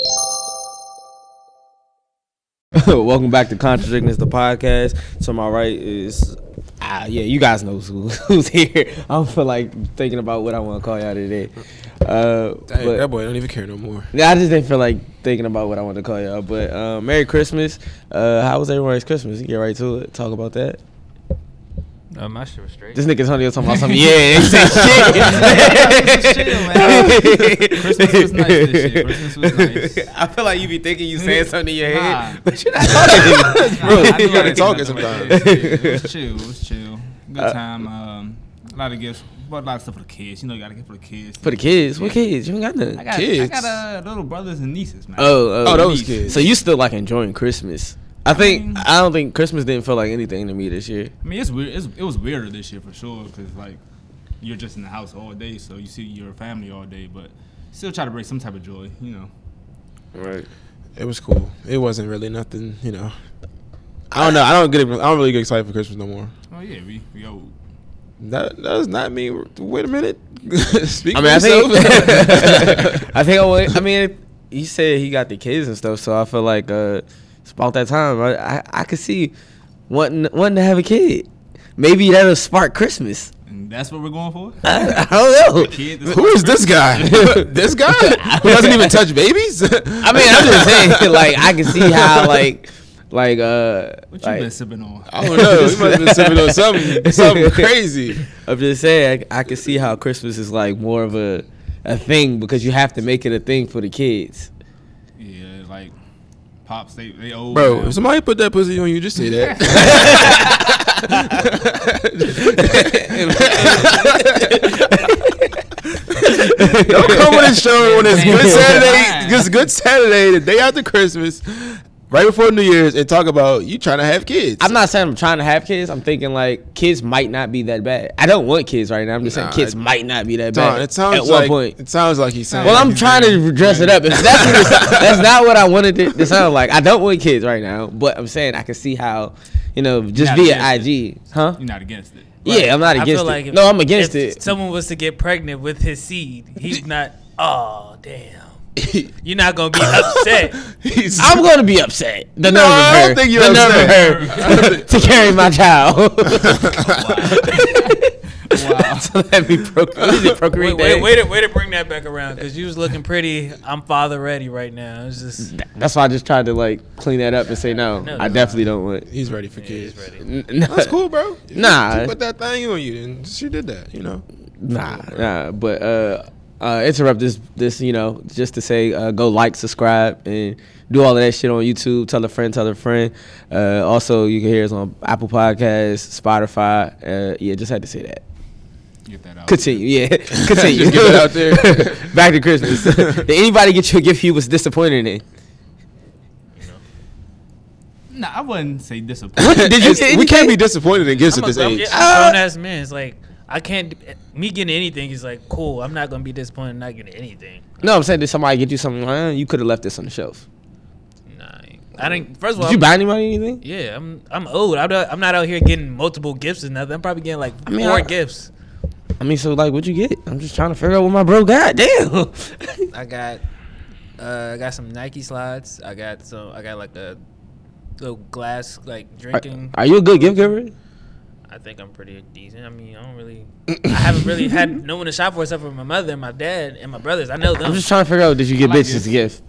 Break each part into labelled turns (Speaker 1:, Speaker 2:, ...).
Speaker 1: Welcome back to Contradictness, the podcast. To my right is, ah, yeah, you guys know who, who's here. I don't feel like thinking about what I want to call y'all today. Uh,
Speaker 2: Dang,
Speaker 1: but-
Speaker 2: that boy don't even care no more.
Speaker 1: yeah, I just didn't feel like thinking about what I wanted to call y'all. But uh, Merry Christmas. Uh, how was everyone's Christmas? You get right to it. Talk about that.
Speaker 3: No, my shit was straight.
Speaker 1: This nigga Tony was talking about something. Yeah, they say shit.
Speaker 3: Chill, man. Christmas was nice this year. Christmas was nice.
Speaker 1: I feel like you be thinking you saying something in your head,
Speaker 3: Nah.
Speaker 1: but you're not talking.
Speaker 3: Nah,
Speaker 1: Bro,
Speaker 3: I do
Speaker 1: you
Speaker 3: gotta
Speaker 1: gotta
Speaker 3: think
Speaker 1: talk.
Speaker 2: talking
Speaker 3: about the way
Speaker 2: sometimes.
Speaker 3: it is. It was chill. It was chill. Good
Speaker 1: Uh,
Speaker 3: time. Um, a lot of gifts. But a lot of stuff for the kids. You know, you gotta get for the kids.
Speaker 1: For the kids, what kids? You ain't got
Speaker 3: I
Speaker 1: nothing.
Speaker 3: got,
Speaker 2: kids?
Speaker 3: I got uh, little brothers and nieces, man.
Speaker 1: Oh,
Speaker 2: Oh, those kids.
Speaker 1: So you still like enjoying Christmas? I think
Speaker 3: mean-
Speaker 1: I don't think Christmas didn't feel like anything to me this year.
Speaker 3: I mean, it's weird. It's, it was weirder this year for sure, cause like you're just in the house all day, so you see your family all day, but still try to bring some type of joy, you know.
Speaker 1: Right.
Speaker 2: It was cool. It wasn't really nothing, you know. I don't know. I don't get. I don't really get excited for Christmas no more.
Speaker 3: Oh yeah, we we old.
Speaker 2: That that does not mean. Wait a minute. Speak
Speaker 1: I mean, I
Speaker 2: for
Speaker 1: think
Speaker 2: yourself.
Speaker 1: I think I, would, I mean he said he got the kids and stuff, so I feel like uh, it's about that time. I I, I could see wanting wanting to have a kid. Maybe that'll spark Christmas.
Speaker 3: and that's what we're going for.
Speaker 1: I, I don't know.
Speaker 3: Kid, that's
Speaker 2: Who
Speaker 3: what
Speaker 2: is this guy? this guy who doesn't even touch babies?
Speaker 1: I mean, I'm just saying, like I can see how like like uh
Speaker 3: What you been
Speaker 1: like,
Speaker 3: sipping on?
Speaker 2: I don't know. He must have been sipping on something, something crazy.
Speaker 1: I'm just saying I, I can see how Christmas is like more of a a thing because you have to make it a thing for the kids.
Speaker 3: Yeah, like pops, they they old.
Speaker 2: Bro,
Speaker 3: now.
Speaker 2: if somebody put that pussy on you, just say that. Don't come on the show when it's good Saturday, it's good Saturday, the day after Christmas, right before New Year's, and talk about you trying to have kids.
Speaker 1: I'm not saying I'm trying to have kids. I'm thinking like kids might not be that bad. I don't want kids right now. I'm just
Speaker 2: Nah,
Speaker 1: saying kids
Speaker 2: it-
Speaker 1: might not be that
Speaker 2: Don,
Speaker 1: bad.
Speaker 2: it sounds
Speaker 1: at one
Speaker 2: like
Speaker 1: point.
Speaker 2: it sounds like he's saying.
Speaker 1: Well, I'm trying to dress it up. If that's, what it's- that's not what I wanted it to sound like. I don't want kids right now, but I'm saying I can see how, you know, just
Speaker 3: not
Speaker 1: be an
Speaker 3: against
Speaker 1: IG, huh?
Speaker 3: you're not against it.
Speaker 1: Yeah, I'm not
Speaker 4: I
Speaker 1: against
Speaker 4: feel
Speaker 1: it.
Speaker 4: like if-
Speaker 1: no, I'm against
Speaker 4: if
Speaker 1: it.
Speaker 4: Someone was to get pregnant with his seed. He's not. Oh damn! You're not gonna be upset.
Speaker 2: He's,
Speaker 1: I'm gonna be upset. The
Speaker 2: No,
Speaker 1: nerve of
Speaker 2: I
Speaker 1: her.
Speaker 2: don't think you're
Speaker 1: the nerve of her
Speaker 2: upset.
Speaker 1: to carry my child.
Speaker 3: Wow.
Speaker 1: so let me proc- what is it,
Speaker 4: wait,
Speaker 1: procreate.
Speaker 4: wait,
Speaker 1: that?
Speaker 4: wait, to- way to bring that back around because you was looking pretty. I'm father ready right now. It's just Mm-hmm.
Speaker 1: That's why I just tried to like clean that up and say no.
Speaker 4: No,
Speaker 1: I
Speaker 4: no.
Speaker 1: definitely don't want.
Speaker 2: he's ready for kids.
Speaker 4: he's ready.
Speaker 1: N- n-
Speaker 2: That's cool, bro. If
Speaker 1: Nah.
Speaker 2: she put that thing on you, and she did that. You know,
Speaker 1: Nah, nah. But uh, uh, interrupt this, this, you know, just to say, uh, go like, subscribe, and do all of that shit on YouTube. Tell a friend, tell a friend. Uh, also, you can hear us on Apple Podcasts, Spotify. Uh, yeah, just had to say that.
Speaker 3: Get that out.
Speaker 1: Continue, yeah, continue.
Speaker 2: Just get it out there.
Speaker 1: Back to Christmas. Did anybody get you a gift you was disappointed in?
Speaker 3: Nah, I wouldn't say
Speaker 1: What
Speaker 3: disappointed.
Speaker 1: did you?
Speaker 2: It's-
Speaker 1: Get,
Speaker 2: we
Speaker 1: you
Speaker 2: can't be disappointed in gifts
Speaker 4: I'm
Speaker 2: at
Speaker 4: a
Speaker 2: this
Speaker 4: grown,
Speaker 2: age.
Speaker 1: Ah.
Speaker 4: ass man. It's like I can't. do- Me getting anything is like cool. I'm not gonna be disappointed. in Not getting anything.
Speaker 1: No, I'm saying did somebody get you something? Uh, You could have left this on the shelf.
Speaker 4: Nah, I ain't- I didn't. First of
Speaker 1: Did
Speaker 4: all,
Speaker 1: you
Speaker 4: I'm-
Speaker 1: buy anybody anything?
Speaker 4: yeah, I'm I'm old. I'm not, I'm not out here getting multiple gifts or nothing. I'm probably getting like
Speaker 1: mean,
Speaker 4: four
Speaker 1: I-
Speaker 4: gifts.
Speaker 1: I mean, so like, what'd you get? I'm just trying to figure out what my bro got. Damn.
Speaker 4: I got uh I got some Nike slides. I got some I got like a little glass like
Speaker 1: Are,
Speaker 4: drinking.
Speaker 1: are you a good gift giver?
Speaker 4: I think I'm pretty decent. I mean, I don't really I haven't really had no one to shop for except for my mother and my dad and my brothers. I know
Speaker 1: I'm
Speaker 4: them.
Speaker 1: just trying to figure out did you get
Speaker 3: I like
Speaker 1: bitches gifts?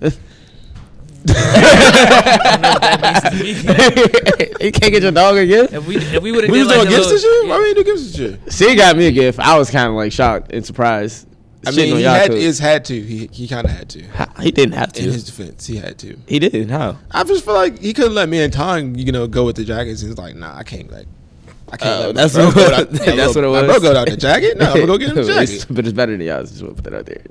Speaker 4: I know what that means to me.
Speaker 1: you can't get your dog a gift.
Speaker 4: If we if we would have
Speaker 2: We
Speaker 4: did
Speaker 2: was
Speaker 4: like
Speaker 2: doing
Speaker 4: a
Speaker 2: gifts
Speaker 4: little,
Speaker 2: this year.
Speaker 4: yeah.
Speaker 2: Why we didn't do gifts this year?
Speaker 1: She got me a gift. I was kind of like shocked and surprised.
Speaker 2: I
Speaker 1: Shitting
Speaker 2: mean,
Speaker 1: on
Speaker 2: he
Speaker 1: y'all
Speaker 2: had,
Speaker 1: too.
Speaker 2: is had to. He he kind of had to.
Speaker 1: Ha- he didn't have
Speaker 2: In
Speaker 1: to.
Speaker 2: his defense, he had to.
Speaker 1: He didn't.
Speaker 3: Oh,
Speaker 1: How?
Speaker 2: I just feel like he couldn't let me and Tong, you know, go with the jackets. He's like, nah, I can't. Like, I can't.
Speaker 1: Oh,
Speaker 2: let my
Speaker 1: that's
Speaker 2: bro
Speaker 1: what-
Speaker 2: go without-
Speaker 1: that's
Speaker 2: my little-
Speaker 1: what it
Speaker 2: my
Speaker 1: was.
Speaker 2: bro go without the jacket. No, I'm gonna go get him a
Speaker 1: It's-
Speaker 2: jacket.
Speaker 1: but it's better than y'all. Just wanna put that out there.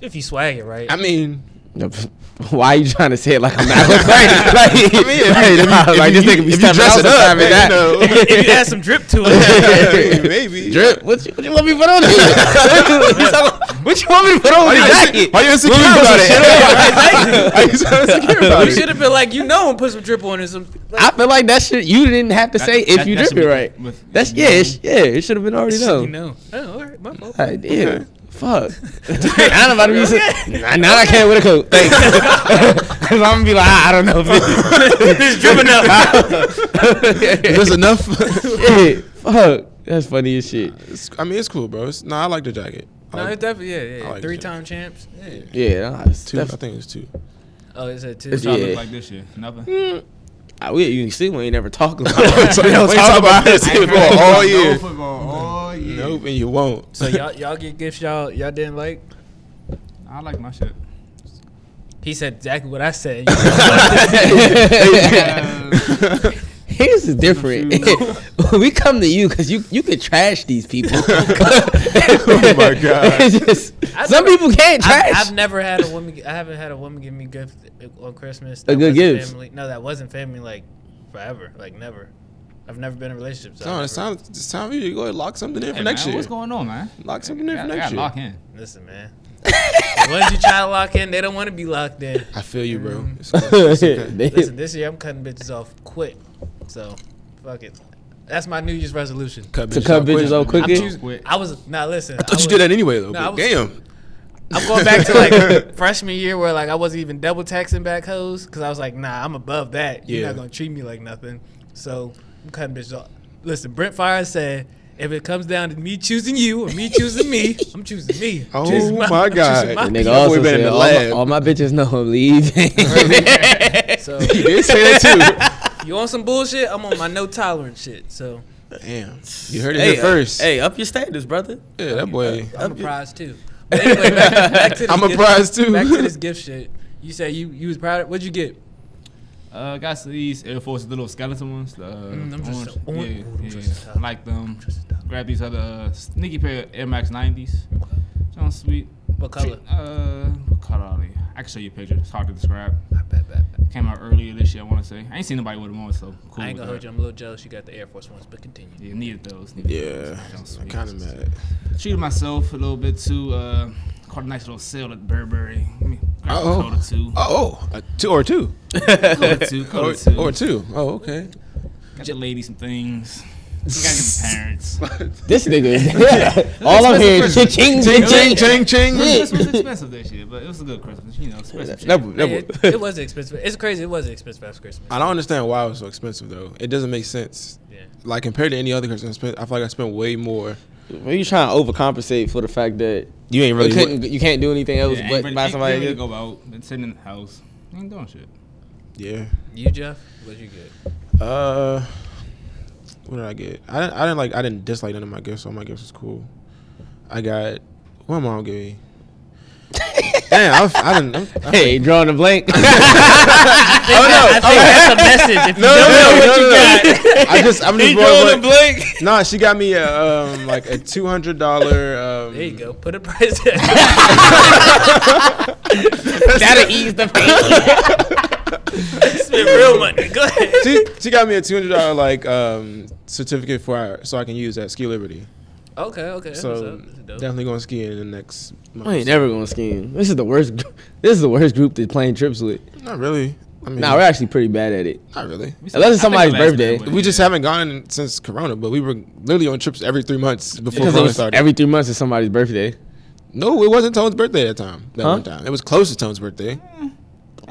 Speaker 4: If you swag it right.
Speaker 2: I mean,
Speaker 1: No, Why are you trying to say it like I'm not like, like,
Speaker 2: I mean, if
Speaker 1: like,
Speaker 2: you-
Speaker 1: nah,
Speaker 2: if
Speaker 1: like
Speaker 2: you-
Speaker 1: this nigga
Speaker 2: if
Speaker 1: be
Speaker 2: you
Speaker 1: stepping
Speaker 2: dress
Speaker 1: out
Speaker 2: it up,
Speaker 1: sometime and
Speaker 2: then,
Speaker 1: that.
Speaker 2: you know.
Speaker 4: if you add some drip to
Speaker 2: Yeah,
Speaker 4: it.
Speaker 2: maybe.
Speaker 1: Drip. What you, what you want me to put on? you? What you talking- what you want me to put on
Speaker 2: Why
Speaker 1: with
Speaker 2: you
Speaker 1: the
Speaker 2: insecure-
Speaker 1: jacket?
Speaker 2: why you insecure
Speaker 1: Let me put some shit
Speaker 2: about it? Why you so insecure about
Speaker 4: you
Speaker 2: it?
Speaker 4: should have been like, you know, and put some drip on it. Some, like,
Speaker 1: I feel like that shit you didn't have to say if
Speaker 3: that-
Speaker 1: you drip
Speaker 3: that should be
Speaker 1: it right.
Speaker 3: with-
Speaker 1: That's yeah, it sh- yeah. It should have been already
Speaker 4: you
Speaker 1: known.
Speaker 4: know. Oh, all right, my fault.
Speaker 1: Like, damn. fuck. I'm about to be. si- Nah, Now I can't with a coat. Thanks. Cause I'm gonna be like, I, I don't know.
Speaker 5: it's dripping up.
Speaker 2: There's enough.
Speaker 1: Shit, fuck. That's funny as shit.
Speaker 2: It's- I mean, it's cool, bro. It's, nah, I like the jacket. I
Speaker 6: No,
Speaker 2: like-
Speaker 6: it's definitely yeah, yeah.
Speaker 2: I like
Speaker 6: Three time champs.
Speaker 2: yeah,
Speaker 1: Yeah, nah, it's
Speaker 2: two. I
Speaker 1: def-
Speaker 2: think it's two.
Speaker 6: Oh, is that two?
Speaker 1: It's-
Speaker 3: Y'all
Speaker 1: Yeah.
Speaker 3: look like this year. Nothing.
Speaker 1: Ah, we you see we ain't never talking.
Speaker 2: so you don't talk about it football all year.
Speaker 3: No football all year.
Speaker 2: Nope, and you won't.
Speaker 6: So y'all y'all get gifts y'all y'all didn't like.
Speaker 3: I like my shit.
Speaker 5: He said exactly what I said.
Speaker 1: His is different. we come to you because you you can trash these people. oh
Speaker 2: my God.
Speaker 5: I
Speaker 1: some
Speaker 5: never-
Speaker 1: people can't trash.
Speaker 5: I've, I've never had a woman. gi- I haven't had a woman give me gift on Christmas. that
Speaker 1: good
Speaker 5: wasn't
Speaker 1: gift.
Speaker 5: Family, no, that wasn't family. Like forever. Like never. I've never been in a relationship. So I've
Speaker 2: No,
Speaker 5: never-
Speaker 2: it's time. It's time for you to go ahead and lock something in for
Speaker 3: Hey,
Speaker 2: next
Speaker 3: man,
Speaker 2: year.
Speaker 3: What's going on, man?
Speaker 2: Lock something in for
Speaker 3: I
Speaker 2: next
Speaker 3: gotta
Speaker 2: year.
Speaker 3: lock in.
Speaker 5: Listen, man. Once you try to lock in, they don't want to be locked in.
Speaker 2: I feel you, bro. It's okay. It's okay.
Speaker 1: They-
Speaker 5: Listen, this year I'm cutting bitches off quick. So, fuck it. That's my New Year's resolution.
Speaker 2: Cut
Speaker 1: to cut bitches
Speaker 2: off
Speaker 1: off quick.
Speaker 5: I'm
Speaker 1: yeah?
Speaker 5: choosing. I was now. listen,
Speaker 2: I thought you did that anyway, though.
Speaker 5: No, I
Speaker 2: but
Speaker 5: was-
Speaker 2: Damn.
Speaker 5: I'm going back to like freshman year where like I wasn't even double taxing back hoes because I was like, nah, I'm above that. You're
Speaker 2: Yeah.
Speaker 5: not gonna treat me like nothing. So I'm cutting bitches off. Listen, Brent Fire said, if it comes down to me choosing you or me choosing me, I'm choosing me. I'm
Speaker 2: Oh
Speaker 5: choosing
Speaker 2: my
Speaker 5: I'm choosing
Speaker 2: God.
Speaker 1: The
Speaker 5: my-
Speaker 1: nigga
Speaker 2: Your boy
Speaker 1: also
Speaker 2: been in
Speaker 1: said,
Speaker 2: the
Speaker 1: all, my,
Speaker 2: lab."
Speaker 1: all my bitches know I'm leaving.
Speaker 5: So
Speaker 2: He did say that
Speaker 5: you on some bullshit? I'm on my no tolerance shit. So
Speaker 2: too. Damn. You heard it here first.
Speaker 1: hey, up your standards, brother.
Speaker 2: Yeah, that boy.
Speaker 5: I'm a prize too. But anyway, back, back to this
Speaker 2: I'm a
Speaker 5: gift-
Speaker 2: prize too.
Speaker 5: Back to this gift shit. You said you you was proud. Of, what'd you get?
Speaker 3: Uh, got some of these Air Force little skeleton ones. the, Uh,
Speaker 5: Mm, them just so-
Speaker 3: orange.
Speaker 5: ooh, them
Speaker 3: yeah,
Speaker 5: just
Speaker 3: yeah.
Speaker 5: so-
Speaker 3: I like them. Grab these other uh, sneaky pair of Air Max 90s. Sounds sweet.
Speaker 5: What color?
Speaker 3: Uh, what color are they? I can show you a picture. It's hard to describe.
Speaker 5: I bet, bet, bet.
Speaker 3: Came out earlier this year, I want to say. I ain't seen nobody with them on, so cool.
Speaker 5: I ain't gonna
Speaker 3: with that.
Speaker 5: hold you. I'm a little jealous. You got the Air Force ones, but continue.
Speaker 3: Yeah, needed those. Needed
Speaker 2: Yeah.
Speaker 3: Those. Sounds
Speaker 2: I'm
Speaker 3: sweet.
Speaker 2: kind of mad.
Speaker 3: Treated myself a little bit too. Uh, caught a nice little sale at Burberry. I mean, grabbed
Speaker 2: Uh-oh.
Speaker 3: a coat or two.
Speaker 2: Oh, oh, a two or two.
Speaker 3: Coat or two. Coat
Speaker 2: Or,
Speaker 3: or two.
Speaker 2: or two. Oh, okay.
Speaker 3: Got your lady some things. You gotta get the parents.
Speaker 1: This nigga. all I'm hearing is ching, ching, ching, ching.
Speaker 2: ching.
Speaker 3: Christmas was expensive this year, but it was a good Christmas. You know, expensive.
Speaker 1: That
Speaker 3: shit.
Speaker 1: boy- that
Speaker 5: Hey,
Speaker 1: boy-
Speaker 5: it, it was expensive. It's crazy. It was expensive after Christmas.
Speaker 2: I don't understand why it was so expensive though. It doesn't make sense.
Speaker 5: Yeah.
Speaker 2: Like compared to any other Christmas, I spent- I feel like I spent way more.
Speaker 1: Well, you trying to overcompensate for the fact that
Speaker 2: You ain't
Speaker 1: you, couldn't, you can't do anything else
Speaker 3: Yeah, ain't
Speaker 1: but
Speaker 3: really-
Speaker 1: buy
Speaker 3: ain't
Speaker 1: somebody.
Speaker 3: really
Speaker 1: a gift?
Speaker 3: go out. Been sitting in the house. Ain't doing shit.
Speaker 2: Yeah.
Speaker 5: You Jeff, what you get?
Speaker 2: Uh, what did I get? I didn't, I didn't like. I didn't dislike none of my gifts. All my gifts was cool. I got. What my mom gave me? Damn, I've, I didn't. I'm, I,
Speaker 1: Hey, drawing a blank.
Speaker 5: I
Speaker 2: Oh,
Speaker 5: think, that, I think that's a message. If you don't know what you got,
Speaker 2: I just. I'm just
Speaker 1: drawing a
Speaker 2: going.
Speaker 1: blank.
Speaker 2: Nah, she got me a, um like a two hundred dollar. Um,
Speaker 5: there you go. Put a price. Down.
Speaker 1: That'll ease the pain.
Speaker 5: Spend real money. Go ahead.
Speaker 2: She, she got me a two hundred dollar like um certificate for our, so I can use at Ski Liberty.
Speaker 5: Okay, okay. that's what's
Speaker 2: So
Speaker 5: up. That's dope.
Speaker 2: definitely going skiing in the next. Month.
Speaker 1: I ain't never gonna scheme. This is the worst. gr- This is the worst group to playing trips with.
Speaker 2: Not really. I mean,
Speaker 1: Nah, we're actually pretty bad at it.
Speaker 2: not really.
Speaker 3: We said-
Speaker 1: Unless it's
Speaker 3: I think
Speaker 1: somebody's
Speaker 3: the last
Speaker 1: birthday.
Speaker 3: man went,
Speaker 2: We just
Speaker 3: yeah.
Speaker 2: haven't gone since Corona, but we were literally on trips every three months before
Speaker 1: Because it
Speaker 2: Corona
Speaker 1: was
Speaker 2: started.
Speaker 1: every three months is somebody's birthday.
Speaker 2: no, it wasn't Tone's birthday that time. That
Speaker 1: Huh?
Speaker 2: one time, it was close to Tone's birthday.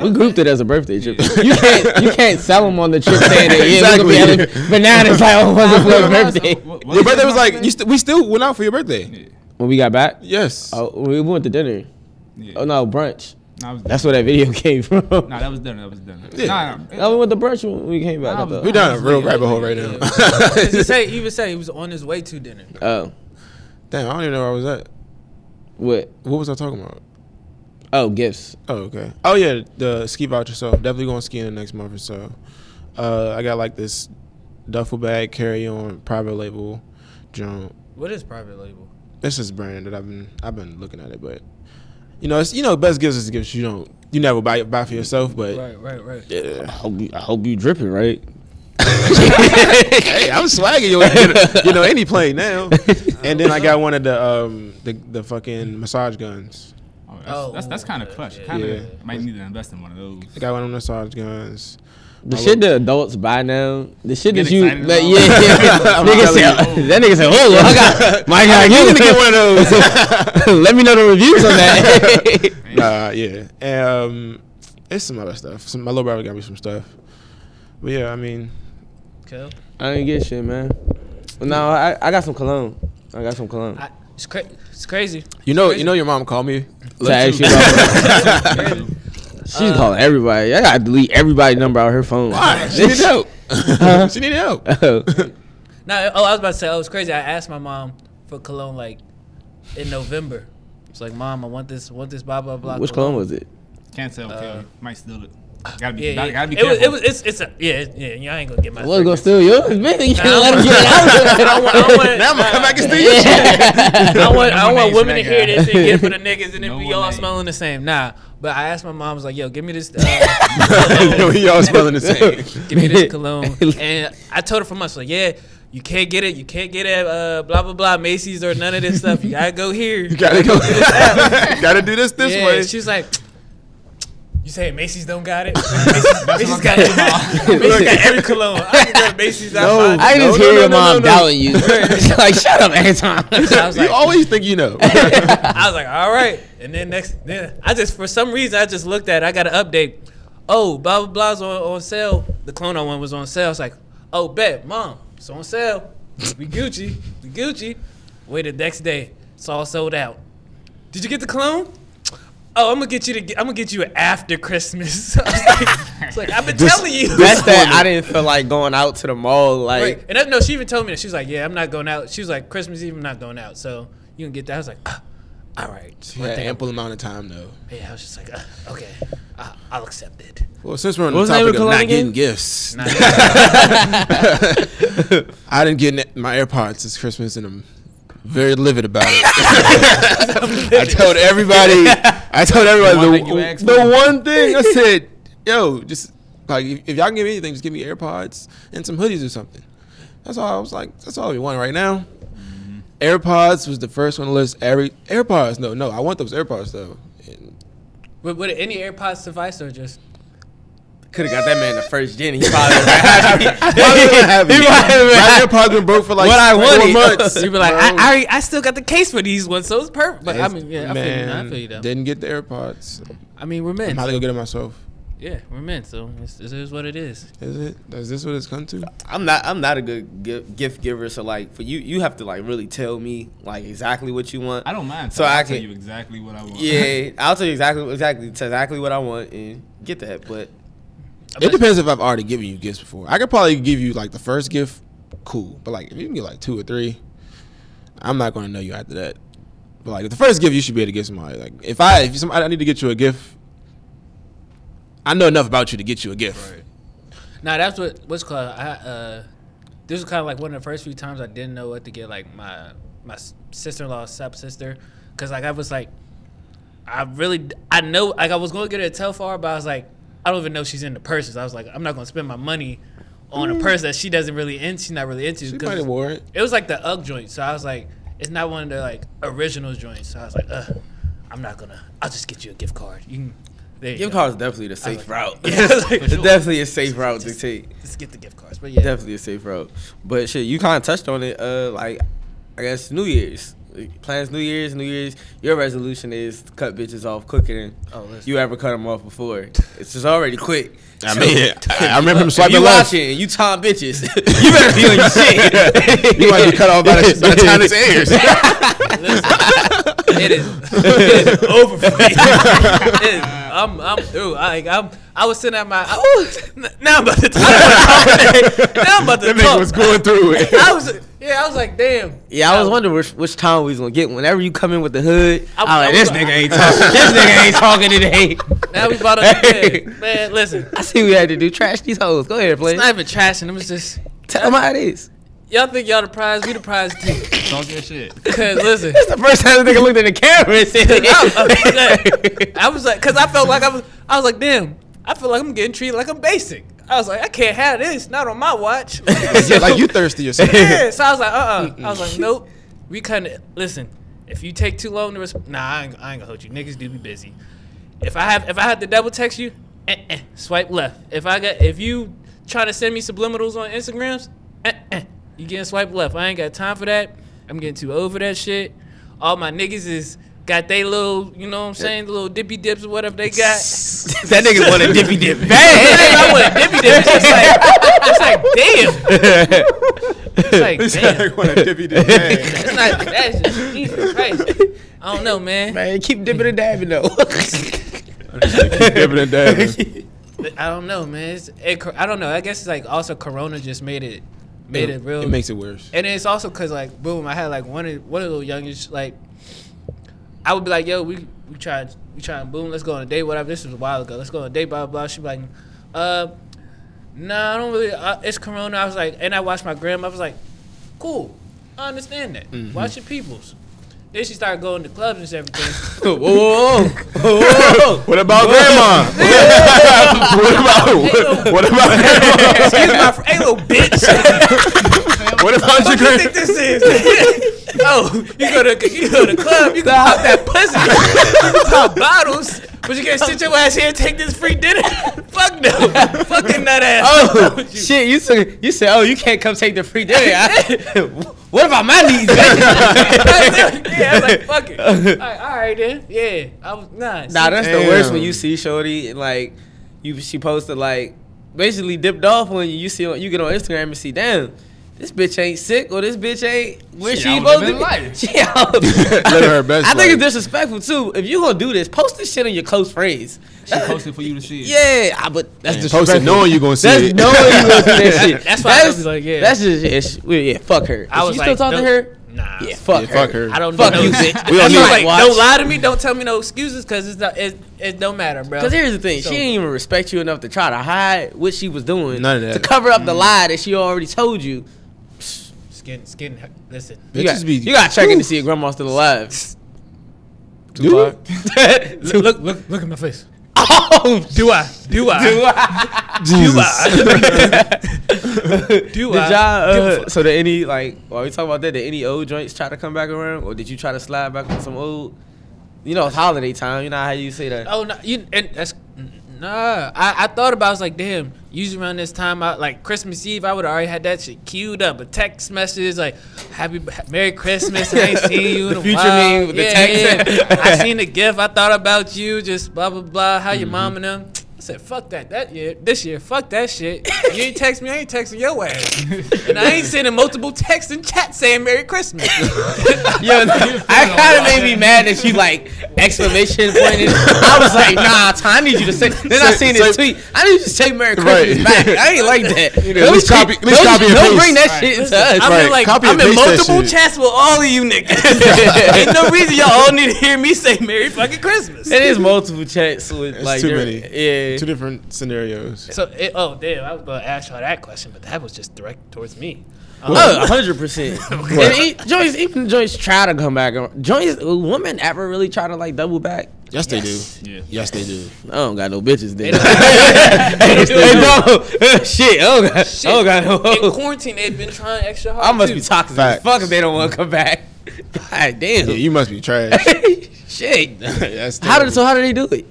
Speaker 1: We grouped it as a birthday trip. You can't you can't sell them on the trip saying that yeah exactly. we're gonna be
Speaker 2: Exactly.
Speaker 1: having bananas like oh it wasn't for his birthday.
Speaker 3: What- what
Speaker 2: Your
Speaker 3: is
Speaker 2: birthday
Speaker 3: it,
Speaker 2: was
Speaker 3: my
Speaker 2: like
Speaker 3: birthday?
Speaker 2: you st- we still went out for your birthday.
Speaker 1: When we got back,
Speaker 2: Yes.
Speaker 1: oh, we went to dinner.
Speaker 3: Yeah.
Speaker 1: Oh no, brunch.
Speaker 3: Nah, I was
Speaker 1: That's where that video came from.
Speaker 3: Nah, that was dinner. That was dinner.
Speaker 2: Yeah.
Speaker 3: Nah, nah,
Speaker 1: No, we went to brunch when we came back. I
Speaker 3: Nah, it was-
Speaker 2: We're
Speaker 1: thought.
Speaker 2: down a real rabbit hole right now.
Speaker 5: Cause he say he even said he was on his way to dinner.
Speaker 1: Oh,
Speaker 2: Damn, I don't even know where I was at.
Speaker 1: what?
Speaker 2: What was I talking about?
Speaker 1: Oh, gifts.
Speaker 2: Oh, okay. Oh yeah, the ski voucher. So definitely going skiing the next month or so. Uh, I got like this duffel bag carry on private label joint.
Speaker 5: What is private label?
Speaker 2: This is brand that I've been I've been looking at it, but you know it's you know best gifts is gifts you don't you never buy buy for yourself, but
Speaker 5: Right, right, right.
Speaker 1: I
Speaker 2: yeah.
Speaker 1: hope you, I hope you dripping right.
Speaker 2: hey, I'm swagging you, you know, you know any plane now. And then I got one of the um the, the fucking massage guns.
Speaker 3: Oh, that's,
Speaker 5: Oh,
Speaker 3: that's, that's kind of
Speaker 5: yeah,
Speaker 3: clutch.
Speaker 5: yeah,
Speaker 3: Kind of
Speaker 2: yeah.
Speaker 3: might need to invest in one of those.
Speaker 2: I got one of the massage guns.
Speaker 1: The
Speaker 2: I
Speaker 1: shit
Speaker 2: look-
Speaker 1: that adults buy now, the shit
Speaker 3: Get
Speaker 1: that you,
Speaker 3: excited
Speaker 1: like,
Speaker 3: about.
Speaker 1: yeah, yeah.
Speaker 2: I'm
Speaker 1: nigga
Speaker 2: telling
Speaker 1: said, that nigga said, oh, well, I got, my God, you gonna get one of those. Let me know the reviews on that.
Speaker 2: Nah, yeah. And, um, it's some other stuff. Some, my little brother got me some stuff. But yeah, I mean,
Speaker 5: Kel?
Speaker 1: I didn't get shit, man. No, I, I got some cologne. I got some cologne.
Speaker 5: I, it's, cra- it's crazy.
Speaker 2: you know, you know, your mom called me.
Speaker 1: to ask you about She's calling everybody. I gotta delete everybody's number out of her phone.
Speaker 2: She needed help. she needed help.
Speaker 5: Now, oh, I was about to say, oh, it's crazy. I asked my mom for cologne like in November. It's like, mom, I want this, want this, blah blah blah.
Speaker 1: Which cologne was it?
Speaker 3: Can't tell. Kel. Might steal it. Gotta
Speaker 5: Uh,
Speaker 3: be.
Speaker 5: Yeah,
Speaker 3: gotta,
Speaker 5: yeah.
Speaker 3: gotta be
Speaker 5: it was,
Speaker 3: careful.
Speaker 5: it was, it's, it's a, yeah, yeah. yeah, I ain't gonna get my.
Speaker 1: I was gonna
Speaker 5: fragrance.
Speaker 1: steal yours. Man, you can't let him get it out.
Speaker 5: I want, I want,
Speaker 2: Now I'm gonna come back and steal your shit.
Speaker 1: Yeah.
Speaker 5: I want,
Speaker 3: No
Speaker 5: I
Speaker 3: one
Speaker 5: want
Speaker 3: names
Speaker 5: women to
Speaker 3: that
Speaker 5: hear
Speaker 3: guy.
Speaker 5: this and get it for the niggas, and it
Speaker 3: No
Speaker 5: be
Speaker 3: one
Speaker 5: all
Speaker 3: names.
Speaker 5: smelling the same. Nah, but I asked my mom, I was like, yo, give me this, uh,
Speaker 2: we all smelling the same.
Speaker 5: give me this cologne, and I told her for months, like, yeah. You can't get it. You can't get it. Uh, blah blah blah. Macy's or none of this stuff. You gotta go here.
Speaker 2: You gotta go. gotta do this this
Speaker 5: yeah,
Speaker 2: way.
Speaker 5: She was like, "You saying Macy's don't got it? Macy's, Macy's got it. Macy's got every cologne. I can go to Macy's.
Speaker 2: No.
Speaker 5: I find
Speaker 1: I
Speaker 2: No,
Speaker 1: just
Speaker 2: no,
Speaker 1: hear
Speaker 2: no,
Speaker 1: your
Speaker 2: no,
Speaker 1: mom
Speaker 2: no, no.
Speaker 1: doubting you. She's like, shut up, Anton.
Speaker 5: it." I was
Speaker 2: you
Speaker 5: like,
Speaker 2: always think you know.
Speaker 5: I was like, all right. And then next, then I just for some reason I just looked at. it. I got an update. Oh, blah blah blah's on, on sale. The Clone one was on sale. I was like, oh bet, mom, it's on sale. We Gucci, we Gucci. Waited the next day, it's all sold out. Did you get the clone? Oh, I'm gonna get you to. Get, I'm gonna get you after Christmas. I was like, it's like I've been telling you.
Speaker 1: That's that. I didn't feel like going out to the mall. Like,
Speaker 5: Right. And that, no, she even told me that. She was like, "Yeah, I'm not going out." She was like, "Christmas Eve, I'm not going out." So you can get that. I was like, ah, "All right."
Speaker 2: She had ample amount of time though.
Speaker 5: Yeah, I was just like, uh, okay, I, I'll accept it.
Speaker 2: Well, since we're on
Speaker 1: What was the
Speaker 2: the
Speaker 1: name of
Speaker 2: topic of
Speaker 1: the cologne
Speaker 2: not
Speaker 1: again?
Speaker 2: getting gifts,
Speaker 5: Not yet.
Speaker 2: I didn't get ne- my AirPods since Christmas, and I'm very livid about it. I told everybody. I told everybody
Speaker 3: one
Speaker 2: the,
Speaker 3: thing you asked
Speaker 2: the
Speaker 3: for.
Speaker 2: one thing I said, "Yo, just like if, if y'all can give me anything, just give me AirPods and some hoodies or something." That's all I was like. That's all we want right now. AirPods was the first one on the list. Every AirPods, no, no, I want those AirPods though.
Speaker 5: would, would any AirPods suffice or just?
Speaker 1: could have got that man the first gin. He probably would have
Speaker 2: Probably
Speaker 1: He might have been
Speaker 2: My
Speaker 1: happy.
Speaker 2: AirPods been broke for like
Speaker 1: What I
Speaker 2: four
Speaker 1: wanted.
Speaker 2: months.
Speaker 5: You'd be like,
Speaker 2: bro.
Speaker 5: I, I, already- I still got the case for these ones, so it's perfect. But I mean, yeah, I feel you.
Speaker 2: man,
Speaker 5: I feel you though.
Speaker 2: didn't get the AirPods.
Speaker 5: I mean, we're
Speaker 2: I'm
Speaker 5: men.
Speaker 2: probably gonna get it myself.
Speaker 5: Yeah, we're men. So it's, this is what it is.
Speaker 2: Is it? Is this what it's come to?
Speaker 1: I'm not. I'm not a good gi- gift giver. So like, for you, you have to like really tell me like exactly what you want.
Speaker 3: I don't mind.
Speaker 1: So
Speaker 3: I'll
Speaker 1: I
Speaker 3: tell
Speaker 1: can-
Speaker 3: you exactly what I want.
Speaker 1: Yeah, I'll tell you exactly, exactly, exactly what I want and get that. But
Speaker 2: It depends if I've already given you gifts before. I could probably give you like the first gift, cool. But like if you can get like two or three, I'm not gonna know you after that. But like the first gift, you should be able to get somebody. Like if I if somebody I need to get you a gift, I know enough about you to get you a gift.
Speaker 5: Now that's what what's called. I, uh, this was kind of like one of the first few times I didn't know what to get like my my sister in law step sister, because like I was like, I really I know like I was going to get her a Telfar, but I was like, I don't even know she's into purses. I was like, I'm not going to spend my money on a purse that she doesn't really into. She's not really into.
Speaker 2: Mm. She
Speaker 5: 'cause
Speaker 2: might have wore it.
Speaker 5: it was like the UGG joint, so I was like, it's not one of the like original joints. So I was like, Ugh, I'm not gonna. I'll just get you a gift card. You can. There you
Speaker 1: gift
Speaker 5: go.
Speaker 1: cards definitely the safe route.
Speaker 5: Yeah, I was like,
Speaker 1: it's definitely a safe route to take.
Speaker 5: Just get the gift cards, but yeah.
Speaker 1: Definitely a safe route. But shit, you kind of touched on it. Uh, like I guess New Year's Like, plans. New Year's, New Year's. Your resolution is to cut bitches off quicker than
Speaker 5: Oh, listen.
Speaker 1: you ever cut them off before. It's just already quick.
Speaker 2: I mean, I, I remember
Speaker 1: If
Speaker 2: him
Speaker 1: you
Speaker 2: swiping left.
Speaker 1: watching and you time bitches, you better be on your shit.
Speaker 2: You might be cut off by the, by the time this airs.
Speaker 5: It is, it is over for me. It is, I'm, I'm through. I, I'm, I was sitting at my. I, now I'm about to talk. now I'm about to
Speaker 2: That nigga
Speaker 5: talk.
Speaker 2: was going through it.
Speaker 5: I was, yeah, I was like, damn.
Speaker 1: Yeah, I was wondering which, which town we was gonna get. Whenever you come in with the hood,
Speaker 5: I-
Speaker 1: I'm, like,
Speaker 5: I
Speaker 1: this
Speaker 5: was-
Speaker 1: nigga ain't talking. this nigga ain't talking today.
Speaker 5: Now we brought up.
Speaker 1: Hey.
Speaker 5: Man, man, listen,
Speaker 1: I see we had to do trash these hoes. Go ahead, play.
Speaker 5: it's not even trashing. It was just
Speaker 1: Tell them how it is.
Speaker 5: y'all think y'all the prize. We the prize too.
Speaker 3: Talk that shit.
Speaker 5: Cause listen,
Speaker 1: That's the first time the nigga looked in the camera and said,
Speaker 5: I'm upset. I was like, cause I felt like I was, I was like, damn. I feel like I'm getting treated like I'm basic. I was like, I can't have this. Not on my watch.
Speaker 2: Yeah, like you thirsty or something.
Speaker 5: yeah. So I was like, uh, uh I was like, nope. We kind of listen. If you take too long to respond, nah, I ain't, I ain't gonna hold you. Niggas do be busy. If I have, if I had to double text you, eh, eh, swipe left. If I got if you try to send me subliminals on Instagrams, eh, eh, you getting swipe left. I ain't got time for that. I'm getting too over that shit. All my niggas is got they little, you know what I'm saying, the little dippy dips or whatever they got.
Speaker 1: that nigga want a dippy dip
Speaker 5: I want a dippy dip. It's just like, it's like damn. It's like damn.
Speaker 2: What a dippy dip. Hey.
Speaker 5: It's not that's just Jesus Christ. I don't know, man.
Speaker 1: Man, keep dipping and dabbing though.
Speaker 2: Dipping and dabbing.
Speaker 5: I don't know, man. It's, it, I don't know. I guess it's like also Corona just made it made it, real.
Speaker 2: It makes it worse.
Speaker 5: and it's also cause like boom, I had like one of one of those youngest like I would be like, yo, we we tried we trying boom, let's go on a date, whatever. This was a while ago. Let's go on a date, blah blah. blah. She be like, uh, nah, I don't really. Uh, it's Corona. I was like, and I watched my grandma. I was like, cool, I understand that. Watch your peoples. Then she started going to clubs and everything.
Speaker 1: whoa, whoa, whoa.
Speaker 2: What about grandma? what about what, about grandma?
Speaker 5: Excuse my, fr- hey little bitch.
Speaker 2: What about your
Speaker 5: you think
Speaker 2: grandma?
Speaker 5: this is? oh, you go to you go to club, you can pop that pussy, you can pop bottles, but you can't sit your ass here and take this free dinner. Fuck no, fucking nut ass.
Speaker 1: Oh shit! You said you said oh you can't come take the free dinner. I- what about my needs?
Speaker 5: yeah, I was like, fuck it. All right, all right then. Yeah, I was nah.
Speaker 1: Nah,
Speaker 5: see,
Speaker 1: that's the worst when
Speaker 2: Damn.
Speaker 1: you see Shorty and like you she posted like basically dipped off on you. You see on, you get on Instagram and see damn. This bitch ain't sick, or this bitch ain't where
Speaker 3: She
Speaker 1: she,
Speaker 3: out
Speaker 1: supposed to
Speaker 3: living
Speaker 1: be.
Speaker 3: life.
Speaker 1: She out.
Speaker 2: Living her best
Speaker 1: I think it's
Speaker 2: life.
Speaker 1: disrespectful too. If you gonna do this, post this shit on your close friends.
Speaker 3: She posted for you to see it.
Speaker 1: Yeah, I- but that's
Speaker 2: Post it
Speaker 1: disrespectful.
Speaker 2: knowing you're gonna see
Speaker 1: That's
Speaker 2: it.
Speaker 1: knowing you gonna see that shit.
Speaker 5: That's why I was like, yeah.
Speaker 1: That's just yeah, sh- well, yeah. Fuck her. If
Speaker 5: I was
Speaker 1: you
Speaker 5: like,
Speaker 1: still talking to
Speaker 5: don't-
Speaker 1: her?
Speaker 5: Nah.
Speaker 1: Yeah, fuck
Speaker 2: Yeah,
Speaker 1: her.
Speaker 2: fuck her.
Speaker 5: I don't
Speaker 1: Fuck
Speaker 5: know.
Speaker 1: you,
Speaker 5: no-
Speaker 1: bitch.
Speaker 2: We don't
Speaker 5: I was
Speaker 2: need
Speaker 5: like,
Speaker 1: it. Watch.
Speaker 5: don't lie to me. Don't tell me no excuses, cause it's not, it, it don't matter, bro.
Speaker 1: Because here's the thing,
Speaker 5: So-
Speaker 1: she didn't even respect you enough to try to hide what she was doing
Speaker 2: None of that.
Speaker 1: to cover up the
Speaker 5: Mm.
Speaker 1: lie that she already told you.
Speaker 5: skin, skin. Listen,
Speaker 1: You
Speaker 2: Bitches
Speaker 1: got,
Speaker 2: be-
Speaker 1: you got to check in to see if grandma's still alive.
Speaker 2: Dude.
Speaker 1: Look-
Speaker 5: look, look, look at my face.
Speaker 1: oh,
Speaker 5: Do I? Do I?
Speaker 1: do I?
Speaker 5: Do
Speaker 1: Did
Speaker 5: I?
Speaker 1: y'all,
Speaker 5: Give a
Speaker 1: uh,
Speaker 5: fuck.
Speaker 1: so did any like while we talking about that, did any old joints try to come back around, or did you try to slide back on some old? You know, it's holiday time. You know how you say that.
Speaker 5: Oh no, you and that's nah. I, I thought about. I was like, damn. Usually around this time, I, like Christmas Eve, I would already had that shit queued up. A text message like, "Happy Merry Christmas." I ain't seen you in
Speaker 1: The
Speaker 5: a
Speaker 1: future
Speaker 5: while.
Speaker 1: meme with the
Speaker 5: yeah,
Speaker 1: text.
Speaker 5: yeah. I seen the gift. I thought about you. Just blah blah blah. How your
Speaker 1: Mm-hmm.
Speaker 5: mom and them. I said, fuck that, that year, this year, fuck that shit. You ain't text me, I ain't texting your ass. And I ain't sending multiple texts and chats saying Merry Christmas.
Speaker 1: Yo, I kind of made me mad that she like exclamation pointed. I was like, nah, Ty, I need you to say. Then I
Speaker 2: Say-
Speaker 1: seen this
Speaker 2: say-
Speaker 1: tweet. I need you to say Merry Christmas
Speaker 2: Right.
Speaker 1: back. I ain't like that.
Speaker 2: know, at least
Speaker 1: keep-
Speaker 2: copy- at least
Speaker 1: don't-
Speaker 2: copy and
Speaker 1: Don't
Speaker 2: paste.
Speaker 1: bring that shit to us.
Speaker 5: I'm
Speaker 2: Right,
Speaker 5: in like
Speaker 2: copy
Speaker 5: I'm
Speaker 2: and paste
Speaker 5: in
Speaker 2: that
Speaker 5: multiple
Speaker 2: shit.
Speaker 5: chats with all of you niggas. Ain't no reason y'all all need to hear me say Merry fucking Christmas.
Speaker 1: It is multiple chats with
Speaker 2: It's
Speaker 1: like
Speaker 2: too
Speaker 1: there-
Speaker 2: many.
Speaker 1: Yeah.
Speaker 2: Two different scenarios.
Speaker 5: So it, oh damn, I was gonna ask y'all that question, but that was just direct towards me. Um,
Speaker 1: Oh, 100%. and e- joints, even joints try to come back. ar- Joints, women ever really try to like double back?
Speaker 2: Yes, they do.
Speaker 3: Yeah.
Speaker 2: Yes, they do.
Speaker 1: I don't got no bitches, then.
Speaker 5: They do.
Speaker 1: Hey, no. Shit. Oh, God.
Speaker 5: shit.
Speaker 1: Oh, God. no.
Speaker 5: In quarantine, they've been trying extra hard.
Speaker 1: I must
Speaker 5: too.
Speaker 1: be toxic as
Speaker 2: Facts.
Speaker 1: fuck if they don't want to come back. God damn.
Speaker 2: Yeah, you must be trash.
Speaker 1: Shit.
Speaker 2: That's
Speaker 1: How did
Speaker 2: terrible.
Speaker 1: so? How did they do it?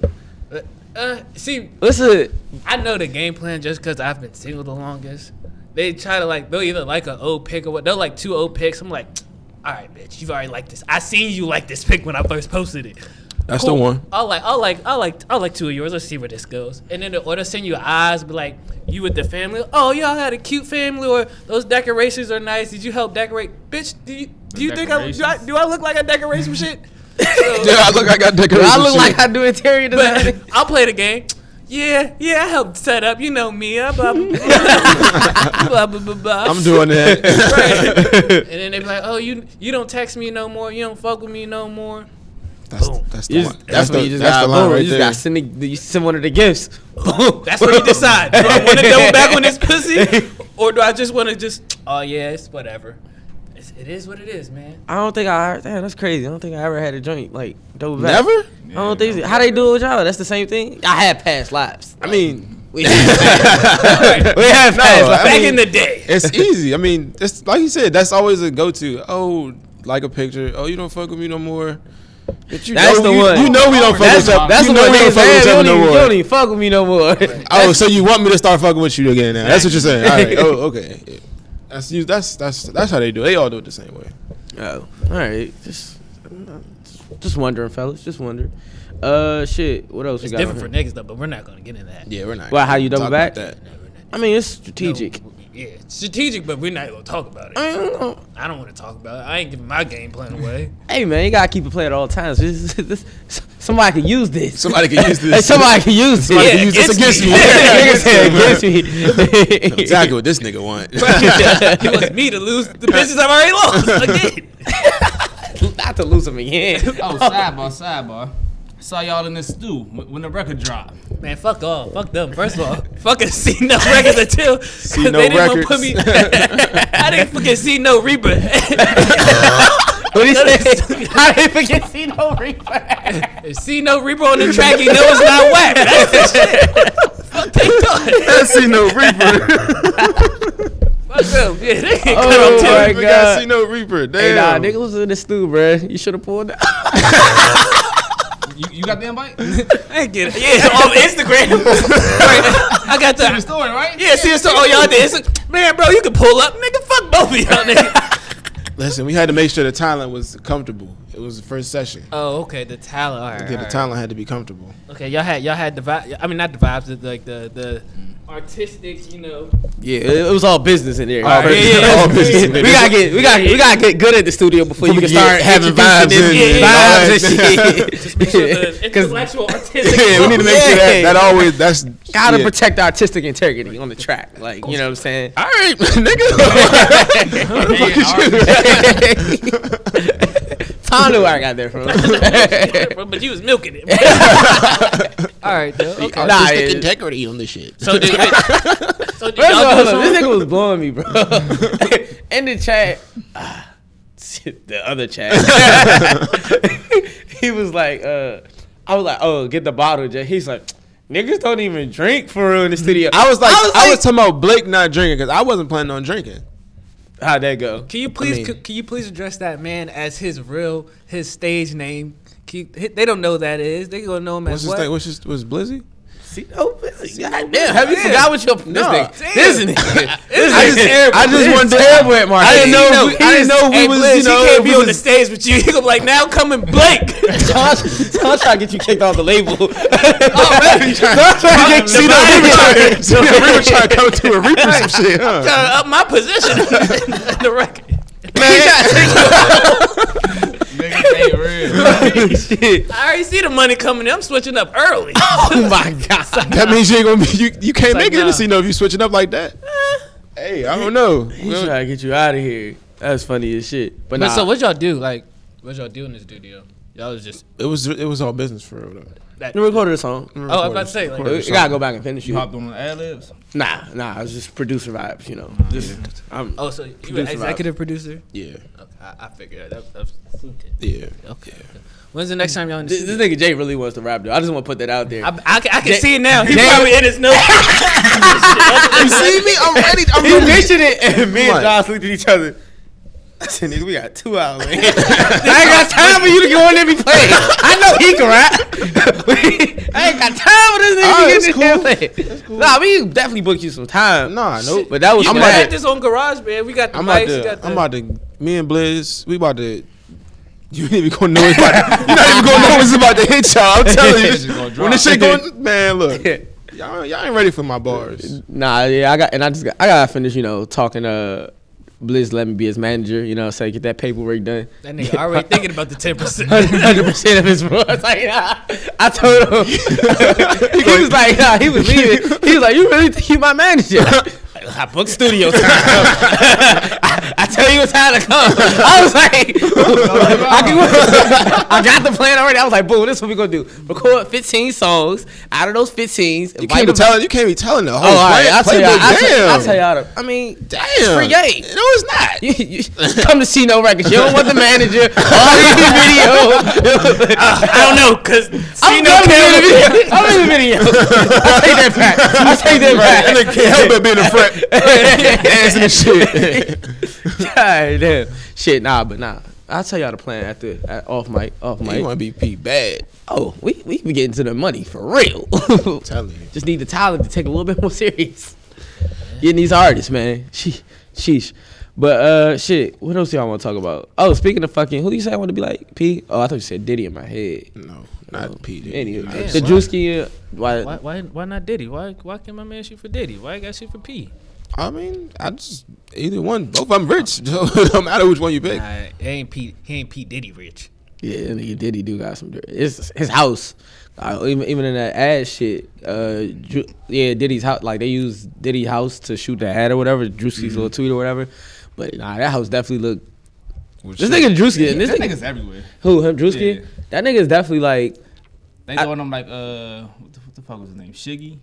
Speaker 5: Uh, see,
Speaker 1: Listen,
Speaker 5: I know the game plan just because I've been single the longest. They try to like they'll either like an old pick or what. They'll like two old picks. I'm like, all right, bitch, you've already liked this. I seen you like this pick when I first posted it.
Speaker 2: That's
Speaker 5: Cool.
Speaker 2: the one.
Speaker 5: I'll like, I'll like, I'll like, I'll like two of yours. Let's see where this goes. And then the order send you eyes, be like, you with the family. Oh, y'all had a cute family, or those decorations are nice. Did you help decorate? Bitch, do you do you think I do, I
Speaker 3: decorations?
Speaker 5: do I look like I decorate some shit?
Speaker 2: Dude, I look like I
Speaker 1: do
Speaker 2: decorated.
Speaker 1: I
Speaker 2: some
Speaker 1: look
Speaker 2: shit.
Speaker 1: like I do interior
Speaker 5: But
Speaker 1: design?
Speaker 5: I'll play the game. Yeah, yeah, I helped set up. You know me. I blah blah blah blah blah. blah.
Speaker 2: I'm doing that.
Speaker 5: Right. and then they be like, "Oh, you you don't text me no more. You don't fuck with me no more."
Speaker 2: That's, that's the
Speaker 1: You
Speaker 2: one.
Speaker 1: just-
Speaker 2: That's,
Speaker 1: what
Speaker 2: the,
Speaker 1: you just
Speaker 2: that's
Speaker 1: got.
Speaker 2: the line
Speaker 1: Boom,
Speaker 2: right
Speaker 1: you just
Speaker 2: there.
Speaker 1: got send, the, you send one of the gifts. Boom.
Speaker 5: That's when you decide. Do I want to double back on this pussy, or do I just want to just? Oh yeah, it's whatever. It's, it is what it is, man.
Speaker 1: I don't think I. Damn, that's crazy. I don't think I ever had a joint like double back.
Speaker 2: Never.
Speaker 1: I don't think so. how they do it with y'all. That's the same thing. I had past lives.
Speaker 2: I mean,
Speaker 1: We had, we had past
Speaker 2: No,
Speaker 1: lives.
Speaker 2: I
Speaker 5: Back
Speaker 2: mean-
Speaker 5: in the day,
Speaker 2: it's easy. I mean, it's like you said. That's always a go-to. Oh, like a picture. Oh, you don't fuck with me no more. But you
Speaker 1: That's
Speaker 2: know,
Speaker 1: the
Speaker 2: you,
Speaker 1: one.
Speaker 2: You know we don't fuck
Speaker 1: That's,
Speaker 2: with each
Speaker 1: the-
Speaker 2: other.
Speaker 1: that's the
Speaker 2: you know
Speaker 1: one.
Speaker 2: we don't
Speaker 1: niggas,
Speaker 2: fuck
Speaker 1: man,
Speaker 2: with each
Speaker 1: you
Speaker 2: other
Speaker 1: don't even-
Speaker 2: no
Speaker 1: You don't
Speaker 2: more.
Speaker 1: even fuck with me no more.
Speaker 2: Oh, so you want me to start fucking with you again now? That's what you're saying. All right. Oh, okay. Yeah. That's you. That's that's that's how they do. it. They all do it the same way.
Speaker 1: Oh, all right. Just, just wondering, fellas. Just wondering. Uh, shit. What else we
Speaker 5: It's
Speaker 1: got? on
Speaker 5: different for
Speaker 1: here?
Speaker 5: niggas though, but we're not gonna get into that.
Speaker 2: Yeah, we're not.
Speaker 1: Well, how you double
Speaker 2: talking about
Speaker 1: back?
Speaker 2: that.
Speaker 1: I mean, it's strategic.
Speaker 5: Yeah, it's strategic, but we're not gonna talk about it.
Speaker 1: I
Speaker 2: Mm.
Speaker 1: don't know.
Speaker 5: I don't want to talk about it. I ain't giving my game plan away.
Speaker 1: Hey man, you gotta keep it played at all times. This- this- this- somebody can use this.
Speaker 2: Somebody can use this.
Speaker 1: Hey, somebody can use
Speaker 2: Somebody
Speaker 1: this.
Speaker 2: can use this against
Speaker 5: against
Speaker 2: me.
Speaker 5: me.
Speaker 1: Nigga said against me.
Speaker 2: Exactly what this nigga want.
Speaker 5: He wants me to lose the bitches I've already lost again.
Speaker 1: Not to lose him again.
Speaker 3: Oh, sidebar, sidebar. Saw y'all in the stew when when the record dropped.
Speaker 5: Man, fuck off. Fuck them. First of all, fucking see no records until because
Speaker 2: no
Speaker 5: they didn't want to
Speaker 2: records.
Speaker 5: put me. I didn't fucking see no Reaper.
Speaker 1: What he say? How did he forget Cino Reaper?
Speaker 5: see no Reaper on the track. You know it's not whack. That's the shit. Fuck they thought.
Speaker 2: I see no reaper.
Speaker 5: Fuck them. Yeah, they ain't
Speaker 1: Oh,
Speaker 5: cut off
Speaker 1: my
Speaker 5: too.
Speaker 2: We
Speaker 1: God.
Speaker 2: got see no reaper.
Speaker 1: Hey, nah,
Speaker 2: Damn.
Speaker 1: nigga was in the stew, bruh. You should have pulled that.
Speaker 3: You, you got the invite?
Speaker 5: I ain't get it. Yeah, on Instagram. Right. I got
Speaker 3: the
Speaker 5: the.
Speaker 3: story, right?
Speaker 5: Yeah, see, so all y'all did. It's- Man, bro, you can pull up. Nigga, fuck both of y'all, nigga.
Speaker 2: Listen, we had to make sure the Thailand was comfortable. It was the first session.
Speaker 5: Oh, okay, the talent. All right,
Speaker 2: Yeah, the Thailand had to be comfortable.
Speaker 5: Okay, y'all had y'all had the vibe. I mean, not the vibes, the, like the the artistic, you know.
Speaker 1: Yeah, it, it was all business in there.
Speaker 2: All
Speaker 1: All
Speaker 2: business- all business in there.
Speaker 1: We gotta get we gotta we gotta get good at the studio before you
Speaker 2: Before
Speaker 1: can
Speaker 2: we
Speaker 1: start
Speaker 2: get having
Speaker 1: having
Speaker 2: vibes
Speaker 1: vibes and,
Speaker 5: in
Speaker 1: vibes
Speaker 2: and all that.
Speaker 1: and shit.
Speaker 5: Just make sure the
Speaker 1: 'Cause
Speaker 5: intellectual artistic.
Speaker 2: Yeah, we need to make sure that that always that's
Speaker 1: gotta
Speaker 2: yeah.
Speaker 1: protect the artistic integrity on the track. Like you know what I'm saying.
Speaker 2: All right, nigga.
Speaker 1: Tom knew where I got there from.
Speaker 5: but you was milking it. All right, though. Okay.
Speaker 1: Nah, it-
Speaker 2: integrity on this shit.
Speaker 5: So did so did
Speaker 1: First of
Speaker 5: y'all
Speaker 1: all,
Speaker 5: do
Speaker 1: this
Speaker 5: some?
Speaker 1: nigga was blowing me, bro. In the chat, ah, the other chat, he was like, uh, I was like, oh, get the bottle, Jay. He's like, niggas don't even drink for real in the studio.
Speaker 2: I was like, I was,
Speaker 1: like,
Speaker 2: talking about Blake not drinking because I wasn't planning on drinking.
Speaker 1: how'd that go?
Speaker 5: Can you please
Speaker 2: mean-
Speaker 5: c- can you please address that man as his real his stage name? Can you- they don't know who that is. They gonna know him
Speaker 2: What's
Speaker 5: as
Speaker 2: his
Speaker 5: what?
Speaker 2: thing? What's his, was Blizzy?
Speaker 1: See, oh, busy. God damn, have you forgot what your
Speaker 2: Nah.
Speaker 1: this nigga, this nigga, this
Speaker 2: I just-
Speaker 1: nigga,
Speaker 2: I just
Speaker 1: this
Speaker 2: wanted to-
Speaker 1: terrible at marketing.
Speaker 2: I didn't know.
Speaker 1: You
Speaker 2: if we, I didn't know if we
Speaker 5: Hey,
Speaker 2: was.
Speaker 5: Blizz,
Speaker 2: you know,
Speaker 5: he
Speaker 2: if
Speaker 5: can't
Speaker 2: we
Speaker 5: be on the
Speaker 2: was-
Speaker 5: stage with you. He gonna be like, now coming Blake.
Speaker 1: Tom, Tom trying to get you kicked off the label.
Speaker 2: That's why you get- See the
Speaker 1: Divide
Speaker 2: Reaper
Speaker 1: it.
Speaker 2: trying- see the Reaper trying to come to a Reaper some shit, huh?
Speaker 5: trying to up my position in the record.
Speaker 3: Nigga,
Speaker 1: Shit.
Speaker 5: I already see the money coming. in. I'm switching up early.
Speaker 1: Oh my god.
Speaker 2: That means you ain't gonna be. You, you can't
Speaker 5: like,
Speaker 2: make it in
Speaker 5: nah. Eh.
Speaker 2: the scene though if you switching up like that. Hey, I don't know.
Speaker 1: He trying to get you out of here. That's funny as shit. But, nah.
Speaker 5: But so what y'all do? Like, what y'all do in the studio? Y'all was just
Speaker 2: It was it was all business for real though.
Speaker 5: that.
Speaker 1: you recorded a song.
Speaker 2: Mm.
Speaker 5: Oh, I was about to say like,
Speaker 1: You gotta go back and finish
Speaker 3: you
Speaker 1: it.
Speaker 3: hopped on the ad libs?
Speaker 1: Nah, nah, it's just producer vibes, you know. Just I'm
Speaker 5: oh, so you were
Speaker 1: Producer
Speaker 5: executive producer?
Speaker 2: Yeah,
Speaker 5: Okay, I, I figured that. that, that
Speaker 2: yeah.
Speaker 5: okay. When's the next time y'all in the
Speaker 1: this,
Speaker 5: studio?
Speaker 1: this nigga Jay really wants to rap though. I just wanna put that out there.
Speaker 5: I, I, can- I can
Speaker 1: Damn.
Speaker 5: see it now. He
Speaker 1: Damn.
Speaker 5: probably in his notes.
Speaker 2: You see me? I'm ready. I'm
Speaker 1: he
Speaker 2: ready.
Speaker 1: mentioned it and me and
Speaker 2: What?
Speaker 1: Josh looked at each other. I said, nigga, we got two hours. man. I ain't got time for you to go in there and be playing. I know he can rap. Oh, I ain't got time for this nigga
Speaker 2: Alright,
Speaker 1: to
Speaker 2: it's
Speaker 1: get in there and play. Nah, we definitely book you some time.
Speaker 2: Nah, nope.
Speaker 1: But that was
Speaker 5: You
Speaker 1: I'm
Speaker 5: can
Speaker 1: about
Speaker 5: add
Speaker 1: to-
Speaker 5: this on Garage Man. We got the
Speaker 2: I'm about
Speaker 5: mics. we got
Speaker 2: to.
Speaker 5: the,
Speaker 2: I'm about to. Me and Blizz, we about to. You ain't even gonna know it's about. To, you're not even gonna know it's about to hit y'all. I'm telling
Speaker 3: This shit gonna
Speaker 2: you. When this shit
Speaker 1: drop.
Speaker 2: going, man, look. Y'all, y'all ain't ready for my bars.
Speaker 1: Nah, yeah, I got and I just got, I gotta finish, you know, talking uh Blizz let me be his manager, you know what I'm saying? Get that paperwork done.
Speaker 5: that nigga already thinking about the ten percent.
Speaker 1: Hundred percent of his bro. Like, nah. I told him he was like, nah, he was leaving. He was like, you really think you my manager? I book studio time. I, I tell you what time to come. I was like, I, can- I got the plan already. I was like, boom, this is what we gonna do. Record 15 songs. Out of those 15s,
Speaker 2: You can't be telling. You can't be telling the whole
Speaker 1: Oh, all right.
Speaker 2: play,
Speaker 1: I'll tell
Speaker 2: playbook.
Speaker 1: y'all. I'll tell,
Speaker 2: Damn.
Speaker 1: I'll tell y'all. The, I mean,
Speaker 2: Damn.
Speaker 1: free game.
Speaker 2: No, it's not.
Speaker 1: you, you come to see no records. You don't want the manager. All these videos.
Speaker 5: I don't know, cause
Speaker 1: I'm
Speaker 5: Cino
Speaker 1: done
Speaker 5: Campbell-
Speaker 1: with the video. I'm in the video. I take that back. I take
Speaker 2: Right. And
Speaker 1: that
Speaker 2: they can't help but be in the front, dancing and
Speaker 1: back.
Speaker 2: shit.
Speaker 1: God damn. Shit, nah, but nah. I'll tell y'all the plan after at, off mic. Off
Speaker 2: You
Speaker 1: mic.
Speaker 2: want to be P bad?
Speaker 1: Oh, we we be getting to the money for real.
Speaker 2: telling you.
Speaker 1: Just need the talent to take a little bit more serious. Getting these artists, man. She, sheesh. But uh, shit. What else y'all want to talk about? Oh, speaking of fucking, who do you say I want to be like? P. Oh, I thought you said Diddy in my head.
Speaker 2: No, not
Speaker 1: Oh,
Speaker 2: P. dude.
Speaker 1: Anyway,
Speaker 2: Not
Speaker 1: the Drewski. uh, Why?
Speaker 5: Why, why, why not Diddy? Why, why can't my man shoot for Diddy? Why I got shoot for P?
Speaker 2: I mean, I just either one. Both of them rich. So it don't matter which one you pick.
Speaker 5: Nah, it ain't P. He ain't P. Diddy rich.
Speaker 1: Yeah, that nigga Diddy do got some dirt. It's his house. Uh, even even in that ad shit, uh, Ju- yeah, Diddy's house. Like they use Diddy house to shoot the ad or whatever, Drewski's
Speaker 2: Mm-hmm.
Speaker 1: little tweet or whatever. But nah, that house definitely look.
Speaker 2: Which
Speaker 1: This
Speaker 2: shit.
Speaker 1: nigga Drewski, and this
Speaker 3: This
Speaker 1: nigga
Speaker 3: nigga's everywhere.
Speaker 1: who him Drewski,
Speaker 3: Yeah.
Speaker 1: that nigga's definitely like.
Speaker 3: They
Speaker 1: I-
Speaker 3: throwing him like uh, what the, what the fuck was his name? Shiggy.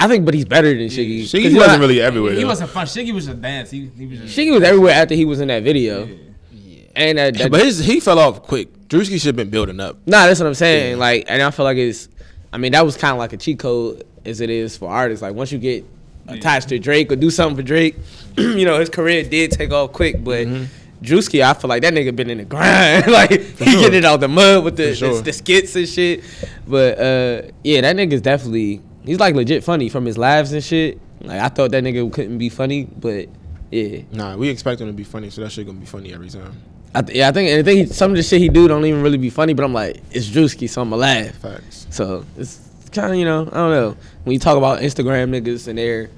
Speaker 1: I think, but he's better than Shiggy. 'Cause
Speaker 2: She
Speaker 1: he
Speaker 2: wasn't
Speaker 1: was-
Speaker 2: really everywhere.
Speaker 3: He
Speaker 2: though.
Speaker 3: wasn't fun. Shiggy was just dance. He, he was just.
Speaker 1: Shiggy was everywhere after he was in that video,
Speaker 3: Yeah.
Speaker 1: and that, that
Speaker 2: but his, he fell off quick. Drewski should have been building up.
Speaker 1: Nah, that's what I'm saying. Like, and I feel like it's. I mean, that was kind of like a cheat code as it is for artists. Like, once you get attached to Drake or do something for Drake, you know, his career did take off quick. But
Speaker 2: Mm-hmm.
Speaker 1: Drewski, I feel like that nigga been in the grind. like, he
Speaker 2: sure.
Speaker 1: getting it out the mud with the,
Speaker 2: For sure.
Speaker 1: the, the skits and shit. But uh, yeah, that nigga's definitely. He's like legit funny from his lives and shit. Like, I thought that nigga couldn't be funny, but yeah.
Speaker 2: Nah, we expect him to be funny, so that shit gonna be funny every time.
Speaker 1: I th- yeah, I think, and I think he, some of the shit he do don't even really be funny, but I'm like, it's Drewski, so I'ma laugh.
Speaker 2: Facts.
Speaker 1: So it's kind of you know I don't know when you talk about Instagram niggas and their you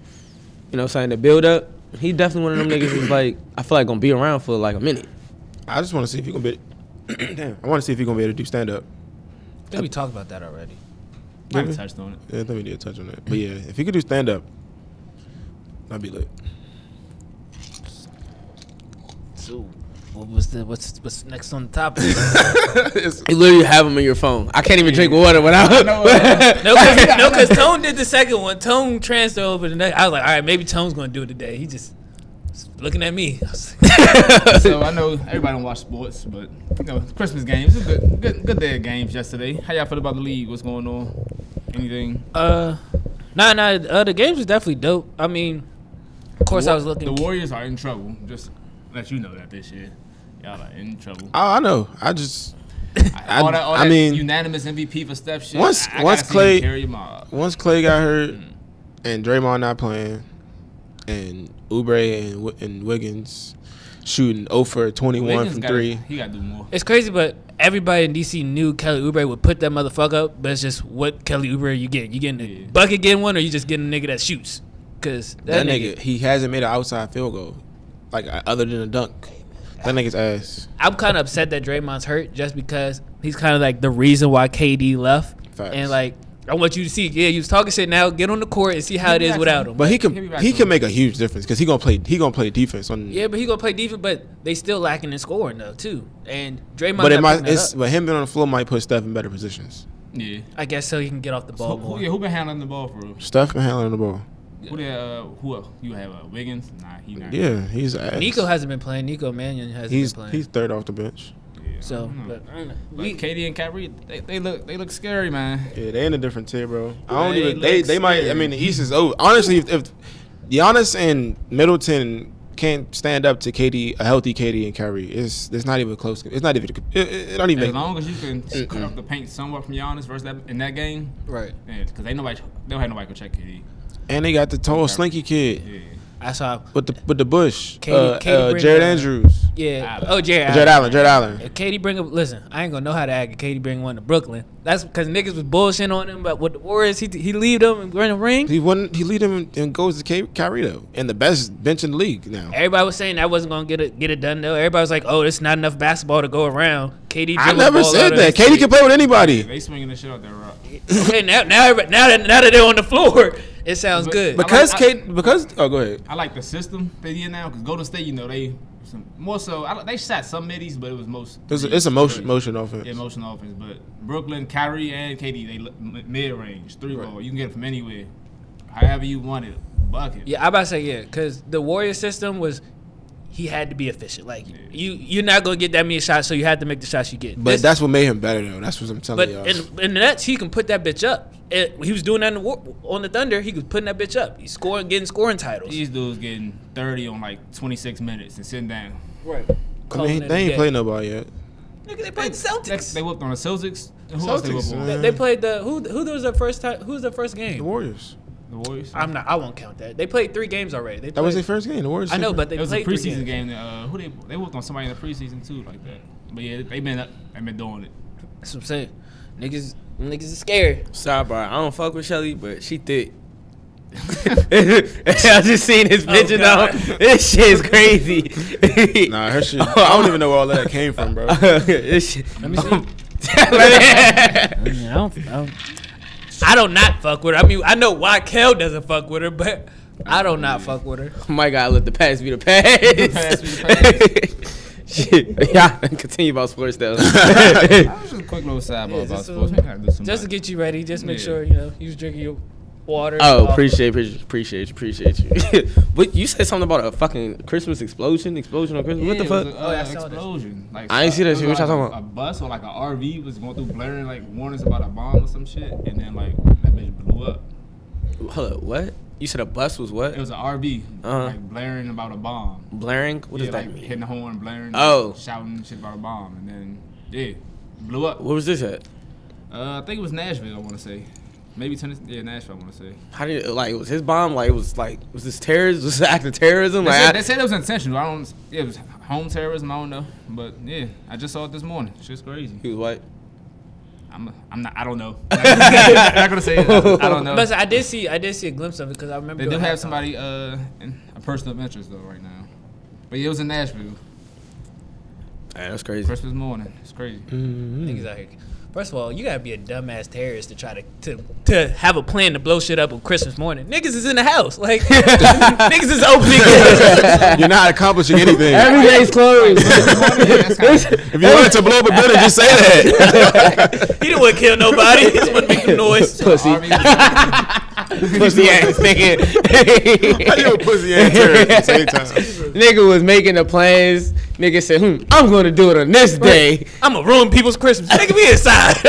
Speaker 1: know what I'm saying the build up. He definitely one of them niggas is like I feel like gonna be around for like a minute.
Speaker 2: I just want to see if he gonna be. Damn, I want to see if he gonna be able to do stand up.
Speaker 5: I think we talked about that already.
Speaker 3: Might have touched on it.
Speaker 2: Yeah, I think we need to touch on that. But yeah, if he could do stand up, that'd be lit.
Speaker 5: So, what was the what's what's next on the topic?
Speaker 2: It's-
Speaker 1: You literally have them in your phone. I can't even drink water without.
Speaker 3: No, uh,
Speaker 5: no, cause, no, 'cause Tone did the second one. Tone transferred over the next. I was like, all right, maybe Tone's gonna do it today. He just was looking at me. I was like,
Speaker 3: so I know everybody don't watch sports, but you know Christmas games. It's a good, good, good day of games yesterday. How y'all feel about the league? What's going on? Anything?
Speaker 5: uh, nah, nah. Uh, the games was definitely dope. I mean, of course, I was looking.
Speaker 3: The Warriors are in trouble. Just let you know that this year, y'all are in trouble.
Speaker 2: I, I know. I just I-
Speaker 3: all that, all
Speaker 2: I
Speaker 3: that
Speaker 2: mean-
Speaker 3: unanimous MVP for Steph shit.
Speaker 2: Once-
Speaker 3: I, I
Speaker 2: once
Speaker 3: gotta see
Speaker 2: Clay-
Speaker 3: him carry him out.
Speaker 2: once Clay got hurt and Draymond not playing and Oubre and Wi- and Wiggins shooting 0 for 21
Speaker 3: Wiggins
Speaker 2: from
Speaker 3: gotta-
Speaker 2: three.
Speaker 3: He got to do more.
Speaker 5: It's crazy, but everybody in DC knew Kelly Oubre would put that motherfucker up. But it's just what Kelly Oubre you getting? You getting a
Speaker 3: Yeah.
Speaker 5: bucket getting one, or you just getting a nigga that shoots? Cause that,
Speaker 2: That,
Speaker 5: nigga,
Speaker 2: nigga, he hasn't made an outside field goal, like uh, other than a dunk. That nigga's ass.
Speaker 5: I'm kind of upset that Draymond's hurt just because he's kind of like the reason why KD left.
Speaker 2: Facts.
Speaker 5: And like, I want you to see, yeah, you was talking shit now. Get on the court and see how it
Speaker 3: He'll be
Speaker 5: is
Speaker 3: back
Speaker 5: without
Speaker 3: soon.
Speaker 5: him.
Speaker 2: But he
Speaker 3: He'll be
Speaker 2: can
Speaker 3: back
Speaker 2: he
Speaker 3: soon.
Speaker 2: can make a huge difference because he gonna play he gonna play defense on.
Speaker 5: yeah, but he gonna play defense, but they still lacking in scoring though too. And Draymond,
Speaker 2: But it
Speaker 5: not
Speaker 2: might
Speaker 5: picking
Speaker 2: it's
Speaker 5: it up.
Speaker 2: but him being on the floor might put Steph in better positions.
Speaker 3: Yeah.
Speaker 5: I guess so. He can get off the
Speaker 3: Who,
Speaker 5: ball
Speaker 3: who,
Speaker 5: more.
Speaker 3: yeah, who been handling the ball for? real?
Speaker 2: Steph been handling the ball.
Speaker 3: Who the uh, who else? you have? Uh, Wiggins? Nah, he not.
Speaker 2: Yeah, he's ass.
Speaker 5: Nico hasn't been playing. Nico Mannion hasn't
Speaker 2: he's
Speaker 5: been playing.
Speaker 2: he's third off the bench.
Speaker 3: Yeah.
Speaker 5: so,
Speaker 3: I don't know.
Speaker 5: but, I don't know.
Speaker 3: But
Speaker 5: we,
Speaker 3: KD and Kyrie, they, they look they look scary, man.
Speaker 2: Yeah, they in a different tier, bro. I don't
Speaker 3: They
Speaker 2: even. They
Speaker 3: look
Speaker 2: they might. I
Speaker 3: scary.
Speaker 2: mean, the East is over. Honestly, if, if Giannis and Middleton can't stand up to KD, a healthy KD and Kyrie, it's it's not even close. It's not even. It, it, it don't
Speaker 3: As
Speaker 2: even. Make,
Speaker 3: long as you can cut off the paint somewhat from Giannis versus that in that game,
Speaker 5: right.
Speaker 3: because they nobody they don't have nobody to check KD.
Speaker 2: and they got the tall, slinky kid
Speaker 3: Yeah.
Speaker 5: I saw.
Speaker 2: with the with the bush.
Speaker 5: KD
Speaker 2: uh, uh,
Speaker 5: bring
Speaker 2: Jared
Speaker 5: the-
Speaker 2: Andrews.
Speaker 5: Yeah.
Speaker 3: Allen.
Speaker 5: Oh, Jared. Allen.
Speaker 2: Jared Allen. Jared Allen.
Speaker 5: If Katie bring up, listen, I ain't gonna know how to act. If Katie bring one to Brooklyn, that's because niggas was bullshitting on him. But with the Warriors, he he leave them and run a ring.
Speaker 2: He wouldn't. He lead him and goes to Ky- Kyrie though, and the best bench in the league now.
Speaker 5: Everybody was saying I wasn't gonna get it get it done though. Everybody was like, oh, it's not enough basketball to go around. Katie,
Speaker 2: I never said that. KD can play with anybody.
Speaker 3: They swinging the shit out there, rock.
Speaker 5: okay, now now everybody- now that now that they're on the floor, it sounds
Speaker 3: But-
Speaker 5: good.
Speaker 3: but-
Speaker 2: Because
Speaker 3: I-
Speaker 2: KD. Because oh, go ahead.
Speaker 3: I like the system they in now because Golden State, you know, they some, more so I, don't- they shot some middies, but it was most
Speaker 2: It's a, it's a motion motion offense.
Speaker 3: Yeah, motion offense. But Brooklyn, Kyrie, and KD, they look m- mid range three ball. You can get it from anywhere, however you want it. Bucket.
Speaker 5: yeah, I about to say yeah, because the Warrior system was. He had to be efficient. Like you, you're not gonna get that many shots, so you had to make the shots you get.
Speaker 2: But
Speaker 5: This-
Speaker 2: that's what made him better, though. That's what I'm telling
Speaker 5: But
Speaker 2: y'all.
Speaker 5: in, in the Nets, he can put that bitch up. It, he was doing that in the war, on the Thunder. He was putting that bitch up. He's scoring, getting scoring titles.
Speaker 3: These dudes getting thirty on like twenty six minutes and sitting down.
Speaker 5: Right.
Speaker 2: I
Speaker 5: calling
Speaker 2: mean,
Speaker 5: it a
Speaker 2: they ain't
Speaker 5: day.
Speaker 2: played nobody yet.
Speaker 5: Nigga, they played the
Speaker 3: Next,
Speaker 5: Celtics.
Speaker 3: they whooped on the Celtics. And who else they
Speaker 2: Celtics,
Speaker 3: whooped on?
Speaker 2: man.
Speaker 5: They, they played the who? Who was the first time? Who was the first
Speaker 2: The
Speaker 5: game?
Speaker 2: Warriors.
Speaker 3: The Warriors.
Speaker 5: I'm not. I won't count that. They played three games already. They
Speaker 2: That was
Speaker 5: played-
Speaker 2: their first game. The Warriors.
Speaker 5: I know,
Speaker 2: took-
Speaker 5: but they
Speaker 3: it was a
Speaker 5: played three
Speaker 3: preseason
Speaker 5: games.
Speaker 3: game. That, uh, who they they whooped on somebody in the preseason too, like that. But yeah, they been they been doing it.
Speaker 5: That's what I'm saying. Niggas, niggas is scared.
Speaker 1: Sidebar, I don't fuck with Shelly, but she thick. Oh, I just seen his picture now.
Speaker 5: God.
Speaker 1: This shit is crazy. Oh,
Speaker 2: Nah, her shit. I don't even know where all that came from, bro.
Speaker 1: this shit.
Speaker 5: Let me see.
Speaker 1: Let me-
Speaker 5: I don't, I don't. I don't not fuck with her. I mean, I know why Kel doesn't fuck with her, but I don't not fuck with her.
Speaker 1: My God, let the past be the past.
Speaker 3: past be the
Speaker 1: Shit, yeah. Continue about sports though.
Speaker 3: That was just uh, a quick little sidebar
Speaker 5: Yeah,
Speaker 3: about
Speaker 5: just a-
Speaker 3: sports. We gotta do some
Speaker 5: Just to get you ready, just make
Speaker 3: Yeah.
Speaker 5: sure you know you was drinking your water.
Speaker 1: oh,
Speaker 5: coffee.
Speaker 1: appreciate, appreciate, appreciate you, appreciate you. but you said something about a fucking Christmas explosion, explosion on Christmas. what the
Speaker 3: Yeah,
Speaker 1: fuck?
Speaker 3: it was A,
Speaker 5: Oh,
Speaker 3: uh,
Speaker 5: yeah, I saw that.
Speaker 3: explosion. Like,
Speaker 1: I ain't see that
Speaker 3: it was
Speaker 1: shit. What
Speaker 3: like
Speaker 1: y'all
Speaker 3: a-
Speaker 1: talking about?
Speaker 3: A bus or like an RV was going through blaring like warnings about a bomb or some shit, and then like that bitch blew up.
Speaker 1: Hold up, what? You said a bus was what?
Speaker 3: It was an RV
Speaker 1: Uh-huh.
Speaker 3: like blaring about a bomb.
Speaker 1: blaring. What
Speaker 3: yeah,
Speaker 1: does that
Speaker 3: like
Speaker 1: mean?
Speaker 3: hitting the horn, blaring,
Speaker 1: Oh.
Speaker 3: shouting shit about a bomb, and then yeah, blew up.
Speaker 1: What was this at?
Speaker 3: Uh, I think it was Nashville. I want to say, maybe Tennessee. Yeah, Nashville. I want to say.
Speaker 1: How did it, like was his bomb? Like it was like was this terrorism? Was this act of terrorism?
Speaker 3: They
Speaker 1: Like
Speaker 3: said,
Speaker 1: I-
Speaker 3: they said it was intentional. I don't. Yeah, it was home terrorism. I don't know, but yeah, I just saw it this morning. Shit's crazy.
Speaker 1: he was white.
Speaker 3: I'm. I'm not. I don't know. I'm not gonna say. It. I don't know.
Speaker 5: But uh, I did see, I did see a glimpse of it because I remember.
Speaker 3: Oh, They do
Speaker 5: doing
Speaker 3: have
Speaker 5: halftime.
Speaker 3: somebody uh in a person of interest though right now. But yeah, it was in Nashville.
Speaker 1: Man, that's crazy.
Speaker 3: Christmas morning. It's crazy.
Speaker 2: Mm-hmm.
Speaker 5: Niggas out here. First of all, you gotta be a dumbass terrorist to try to, to to have a plan to blow shit up on Christmas morning. Niggas is in the house, like niggas is opening. gifts.
Speaker 2: You're not accomplishing anything.
Speaker 1: Every day's closed.
Speaker 3: That's kinda-
Speaker 2: if you wanted to blow up a building, just say that.
Speaker 5: he didn't want to kill nobody. He just want to make some noise.
Speaker 1: Pussy,
Speaker 3: Army was-
Speaker 1: pussy ass
Speaker 2: How you a
Speaker 1: nigga.
Speaker 2: pussy and terrorist at the same time?
Speaker 1: nigga was making the plans. Nigga said, "Hmm, I'm gonna do it on this day."
Speaker 5: I'm gonna ruin people's Christmas. Nigga, we inside.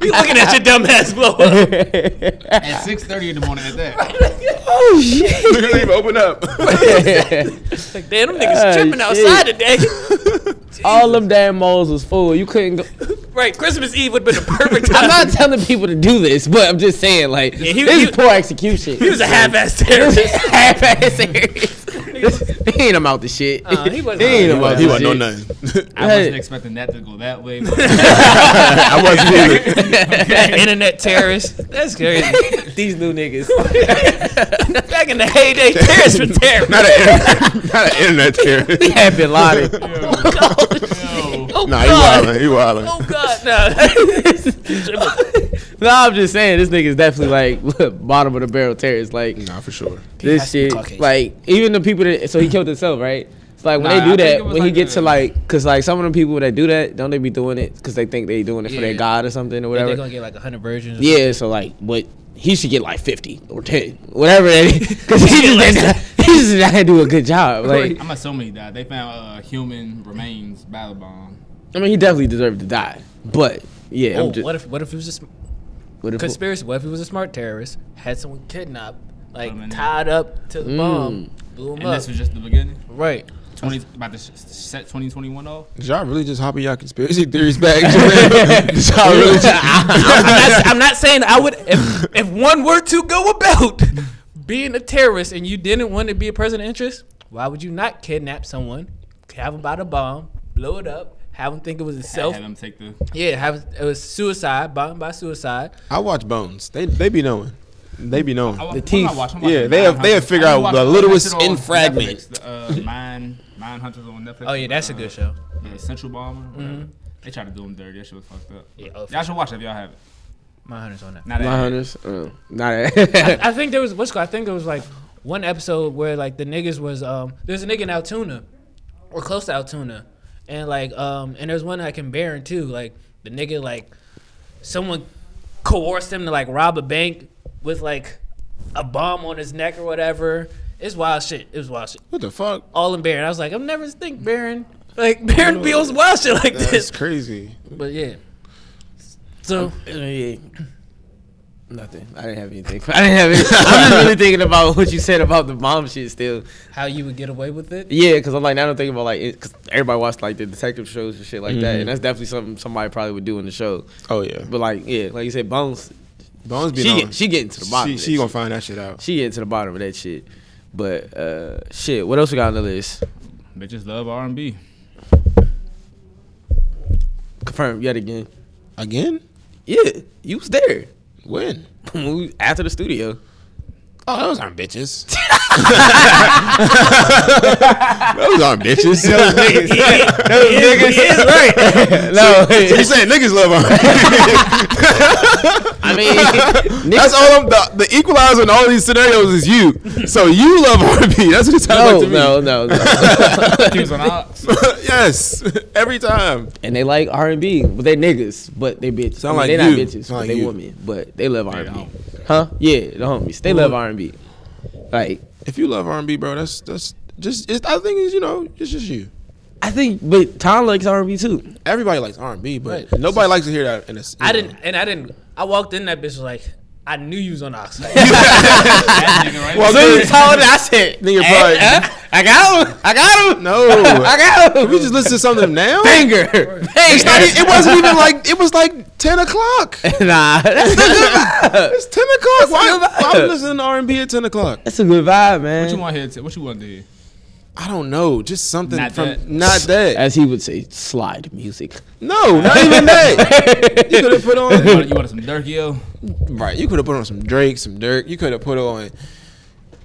Speaker 5: we looking at your dumbass blow up.
Speaker 3: At six thirty in the morning at that.
Speaker 1: oh shit!
Speaker 2: Look at leave open up.
Speaker 5: Like, damn, them niggas
Speaker 1: Ah,
Speaker 5: tripping
Speaker 1: shit.
Speaker 5: outside today.
Speaker 1: All them damn malls was full. You couldn't go.
Speaker 5: right, Christmas Eve would have been the perfect time.
Speaker 1: I'm not telling people to do this, but I'm just saying, like,
Speaker 5: he-
Speaker 1: this
Speaker 5: he-
Speaker 1: is poor execution.
Speaker 5: he was a half-ass
Speaker 1: This
Speaker 5: terrorist.
Speaker 1: is half-ass serious. He ain't about the shit.
Speaker 5: Uh, he wasn't-
Speaker 1: ain't
Speaker 5: He
Speaker 1: about
Speaker 2: he
Speaker 1: the
Speaker 2: wasn't no
Speaker 1: shit.
Speaker 2: nothing.
Speaker 3: I wasn't expecting that to go that way. But
Speaker 2: I wasn't either.
Speaker 5: Internet terrorist. That's crazy.
Speaker 1: These new niggas.
Speaker 5: Back in the heyday, terrorists were terrorists.
Speaker 2: Not an, not an internet terrorist.
Speaker 1: We had Bin Laden.
Speaker 5: Oh,
Speaker 2: Nah, he
Speaker 5: God.
Speaker 2: wildin'. He wildin'.
Speaker 5: Oh God, no.
Speaker 1: no, I'm just saying, this nigga's definitely like look, bottom of the barrel terrorist. Like
Speaker 2: Nah, for sure.
Speaker 1: this
Speaker 5: has to be
Speaker 1: shit.
Speaker 5: Caucasian.
Speaker 1: Like even the people that so he killed himself, right? It's like when
Speaker 3: Nah,
Speaker 1: they
Speaker 3: I
Speaker 1: do
Speaker 3: think it
Speaker 1: that,
Speaker 3: was
Speaker 1: when he
Speaker 3: like
Speaker 1: gets
Speaker 3: a-
Speaker 1: to like, cause like some of the people that do that, don't they be doing it because they think they doing it for
Speaker 3: Yeah.
Speaker 1: their god or something or whatever.
Speaker 5: They're gonna get like hundred versions. or
Speaker 1: Yeah, so like, but he should get like fifty or ten, whatever that is, because he just did not, he just did not do a good job. Like,
Speaker 3: I'm assuming he died. They found uh, human remains by the bomb.
Speaker 1: I mean, he definitely deserved to die, but yeah,
Speaker 5: something.
Speaker 1: I'm
Speaker 5: Oh,
Speaker 1: just
Speaker 5: what if what if it was a sm-
Speaker 1: what if-
Speaker 5: conspiracy? What if it was a smart terrorist had someone kidnapped, like
Speaker 3: Put 'em in
Speaker 5: tied up to the bomb, blew him
Speaker 3: And
Speaker 5: up?
Speaker 3: this was just the beginning.
Speaker 5: right.
Speaker 3: Twenty about to sh- set 2021 off.
Speaker 2: Did y'all really just hopping y'all conspiracy theories back? Did y'all really just-
Speaker 5: I'm not, I'm not saying I would. If, if one were to go about being a terrorist and you didn't want to be a person of interest, why would you not kidnap someone, have them buy the bomb, blow it up, have them think it was a self?
Speaker 3: Had him take the.
Speaker 5: Yeah, have it was suicide, bomb by suicide.
Speaker 2: I watch Bones. They they be knowing. They be knowing.
Speaker 3: I,
Speaker 1: The teeth.
Speaker 2: Yeah, they have- they have figured out the littlest in fragment.
Speaker 3: fragments. The, uh, mine, mine hunters on Netflix. uh,
Speaker 5: Oh yeah, that's a good
Speaker 3: show.
Speaker 5: show.
Speaker 3: Yeah, Central Bomber.
Speaker 1: Mm-hmm.
Speaker 3: whatever. They tried to do him dirty. That shit was fucked up.
Speaker 5: Yeah, oh, for
Speaker 3: y'all should watch it if y'all have it.
Speaker 5: My hunters on that.
Speaker 3: Not
Speaker 1: my
Speaker 3: that.
Speaker 1: hunters, uh, not that.
Speaker 5: I think there was what's it called? I think there was like one episode where like the niggas was um there's a nigga in Altoona or close to Altoona and like um and there's one like in Barron too like the nigga like someone coerced him to like rob a bank with like a bomb on his neck or whatever. It's wild shit. It was wild shit.
Speaker 2: What the fuck?
Speaker 5: All in Barron. I was like, I've never think Barron like Barron Beals wild shit like
Speaker 2: That's
Speaker 5: this.
Speaker 2: crazy.
Speaker 5: But yeah. So
Speaker 1: Yeah. Nothing. I didn't have anything. I didn't have anything. I'm just really thinking about what you said about the mom shit still.
Speaker 5: How you would get away with it?
Speaker 1: Yeah, because I'm like now I'm thinking about like because everybody watched like the detective shows and shit like
Speaker 2: Mm-hmm.
Speaker 1: that, and that's definitely something somebody probably would do in the show.
Speaker 2: Oh yeah,
Speaker 1: But like yeah, like you said, Bones,
Speaker 2: Bones
Speaker 1: she
Speaker 2: being on.
Speaker 1: get, she getting to the bottom.
Speaker 2: she,
Speaker 1: of
Speaker 2: she
Speaker 1: that
Speaker 2: gonna
Speaker 1: shit.
Speaker 2: find that shit out.
Speaker 1: she getting to the bottom of that shit. But uh, shit, what else we got on the list?
Speaker 3: Bitches love R and B.
Speaker 1: Confirmed yet again.
Speaker 2: Again?
Speaker 1: Yeah, you was there
Speaker 2: When?
Speaker 1: When we- after the studio.
Speaker 2: Oh, those aren't bitches. those aren't bitches.
Speaker 1: no,
Speaker 2: you saying niggas love on?
Speaker 1: I mean,
Speaker 2: That's all. I'm, the, the equalizer in all these scenarios is you. So you love R&B. That's what it sounds
Speaker 1: no,
Speaker 2: like to me.
Speaker 1: Oh, no, no, no.
Speaker 3: She was on Ox.
Speaker 2: yes, every time.
Speaker 1: and they like R and B, but they niggas, but they bitches.
Speaker 2: Sound
Speaker 1: I mean,
Speaker 2: like
Speaker 1: they
Speaker 2: you.
Speaker 1: not bitches,
Speaker 2: Sound
Speaker 1: but
Speaker 2: like
Speaker 1: they
Speaker 2: you.
Speaker 1: women, but they love R
Speaker 3: They
Speaker 1: and B.
Speaker 3: don't.
Speaker 1: Huh? Yeah, the homies, they love R and B. Like
Speaker 2: If you love R&B, bro, that's that's just. It's, I think it's you know, it's just you.
Speaker 1: I think, but Tom likes R and B too.
Speaker 2: Everybody likes R&B, but
Speaker 5: Right.
Speaker 2: nobody likes to hear that. In a, s-
Speaker 5: I
Speaker 2: you know.
Speaker 5: didn't, and I didn't. I walked in that bitch like I knew you was on oxide.
Speaker 3: That nigga right
Speaker 2: Well,
Speaker 3: there.
Speaker 2: dude,
Speaker 1: told it, I said,
Speaker 2: Nigga, probably,
Speaker 1: I got him, I got him,
Speaker 2: no.
Speaker 1: eh, I got him.
Speaker 2: Can we just listen to something now?
Speaker 1: banger,
Speaker 2: It's not e-
Speaker 1: banger.
Speaker 2: it wasn't even like it was like ten o'clock.
Speaker 1: nah, that's a good vibe.
Speaker 2: It's ten o'clock. Why,
Speaker 1: good
Speaker 2: why am I
Speaker 1: vibe.
Speaker 2: listening to R and B at ten o'clock?
Speaker 1: That's a good vibe,
Speaker 3: What you
Speaker 1: man.
Speaker 3: want here? To, what you want to hear?
Speaker 2: I don't know. Just something
Speaker 3: Not
Speaker 2: from
Speaker 3: that.
Speaker 2: not that.
Speaker 1: As he would say, slide music.
Speaker 2: No, not even that. You could have put
Speaker 3: You
Speaker 2: on
Speaker 3: wanted- You wanted some Durkio?
Speaker 2: right. You could have put on some Drake, some Dirk. You could have put on.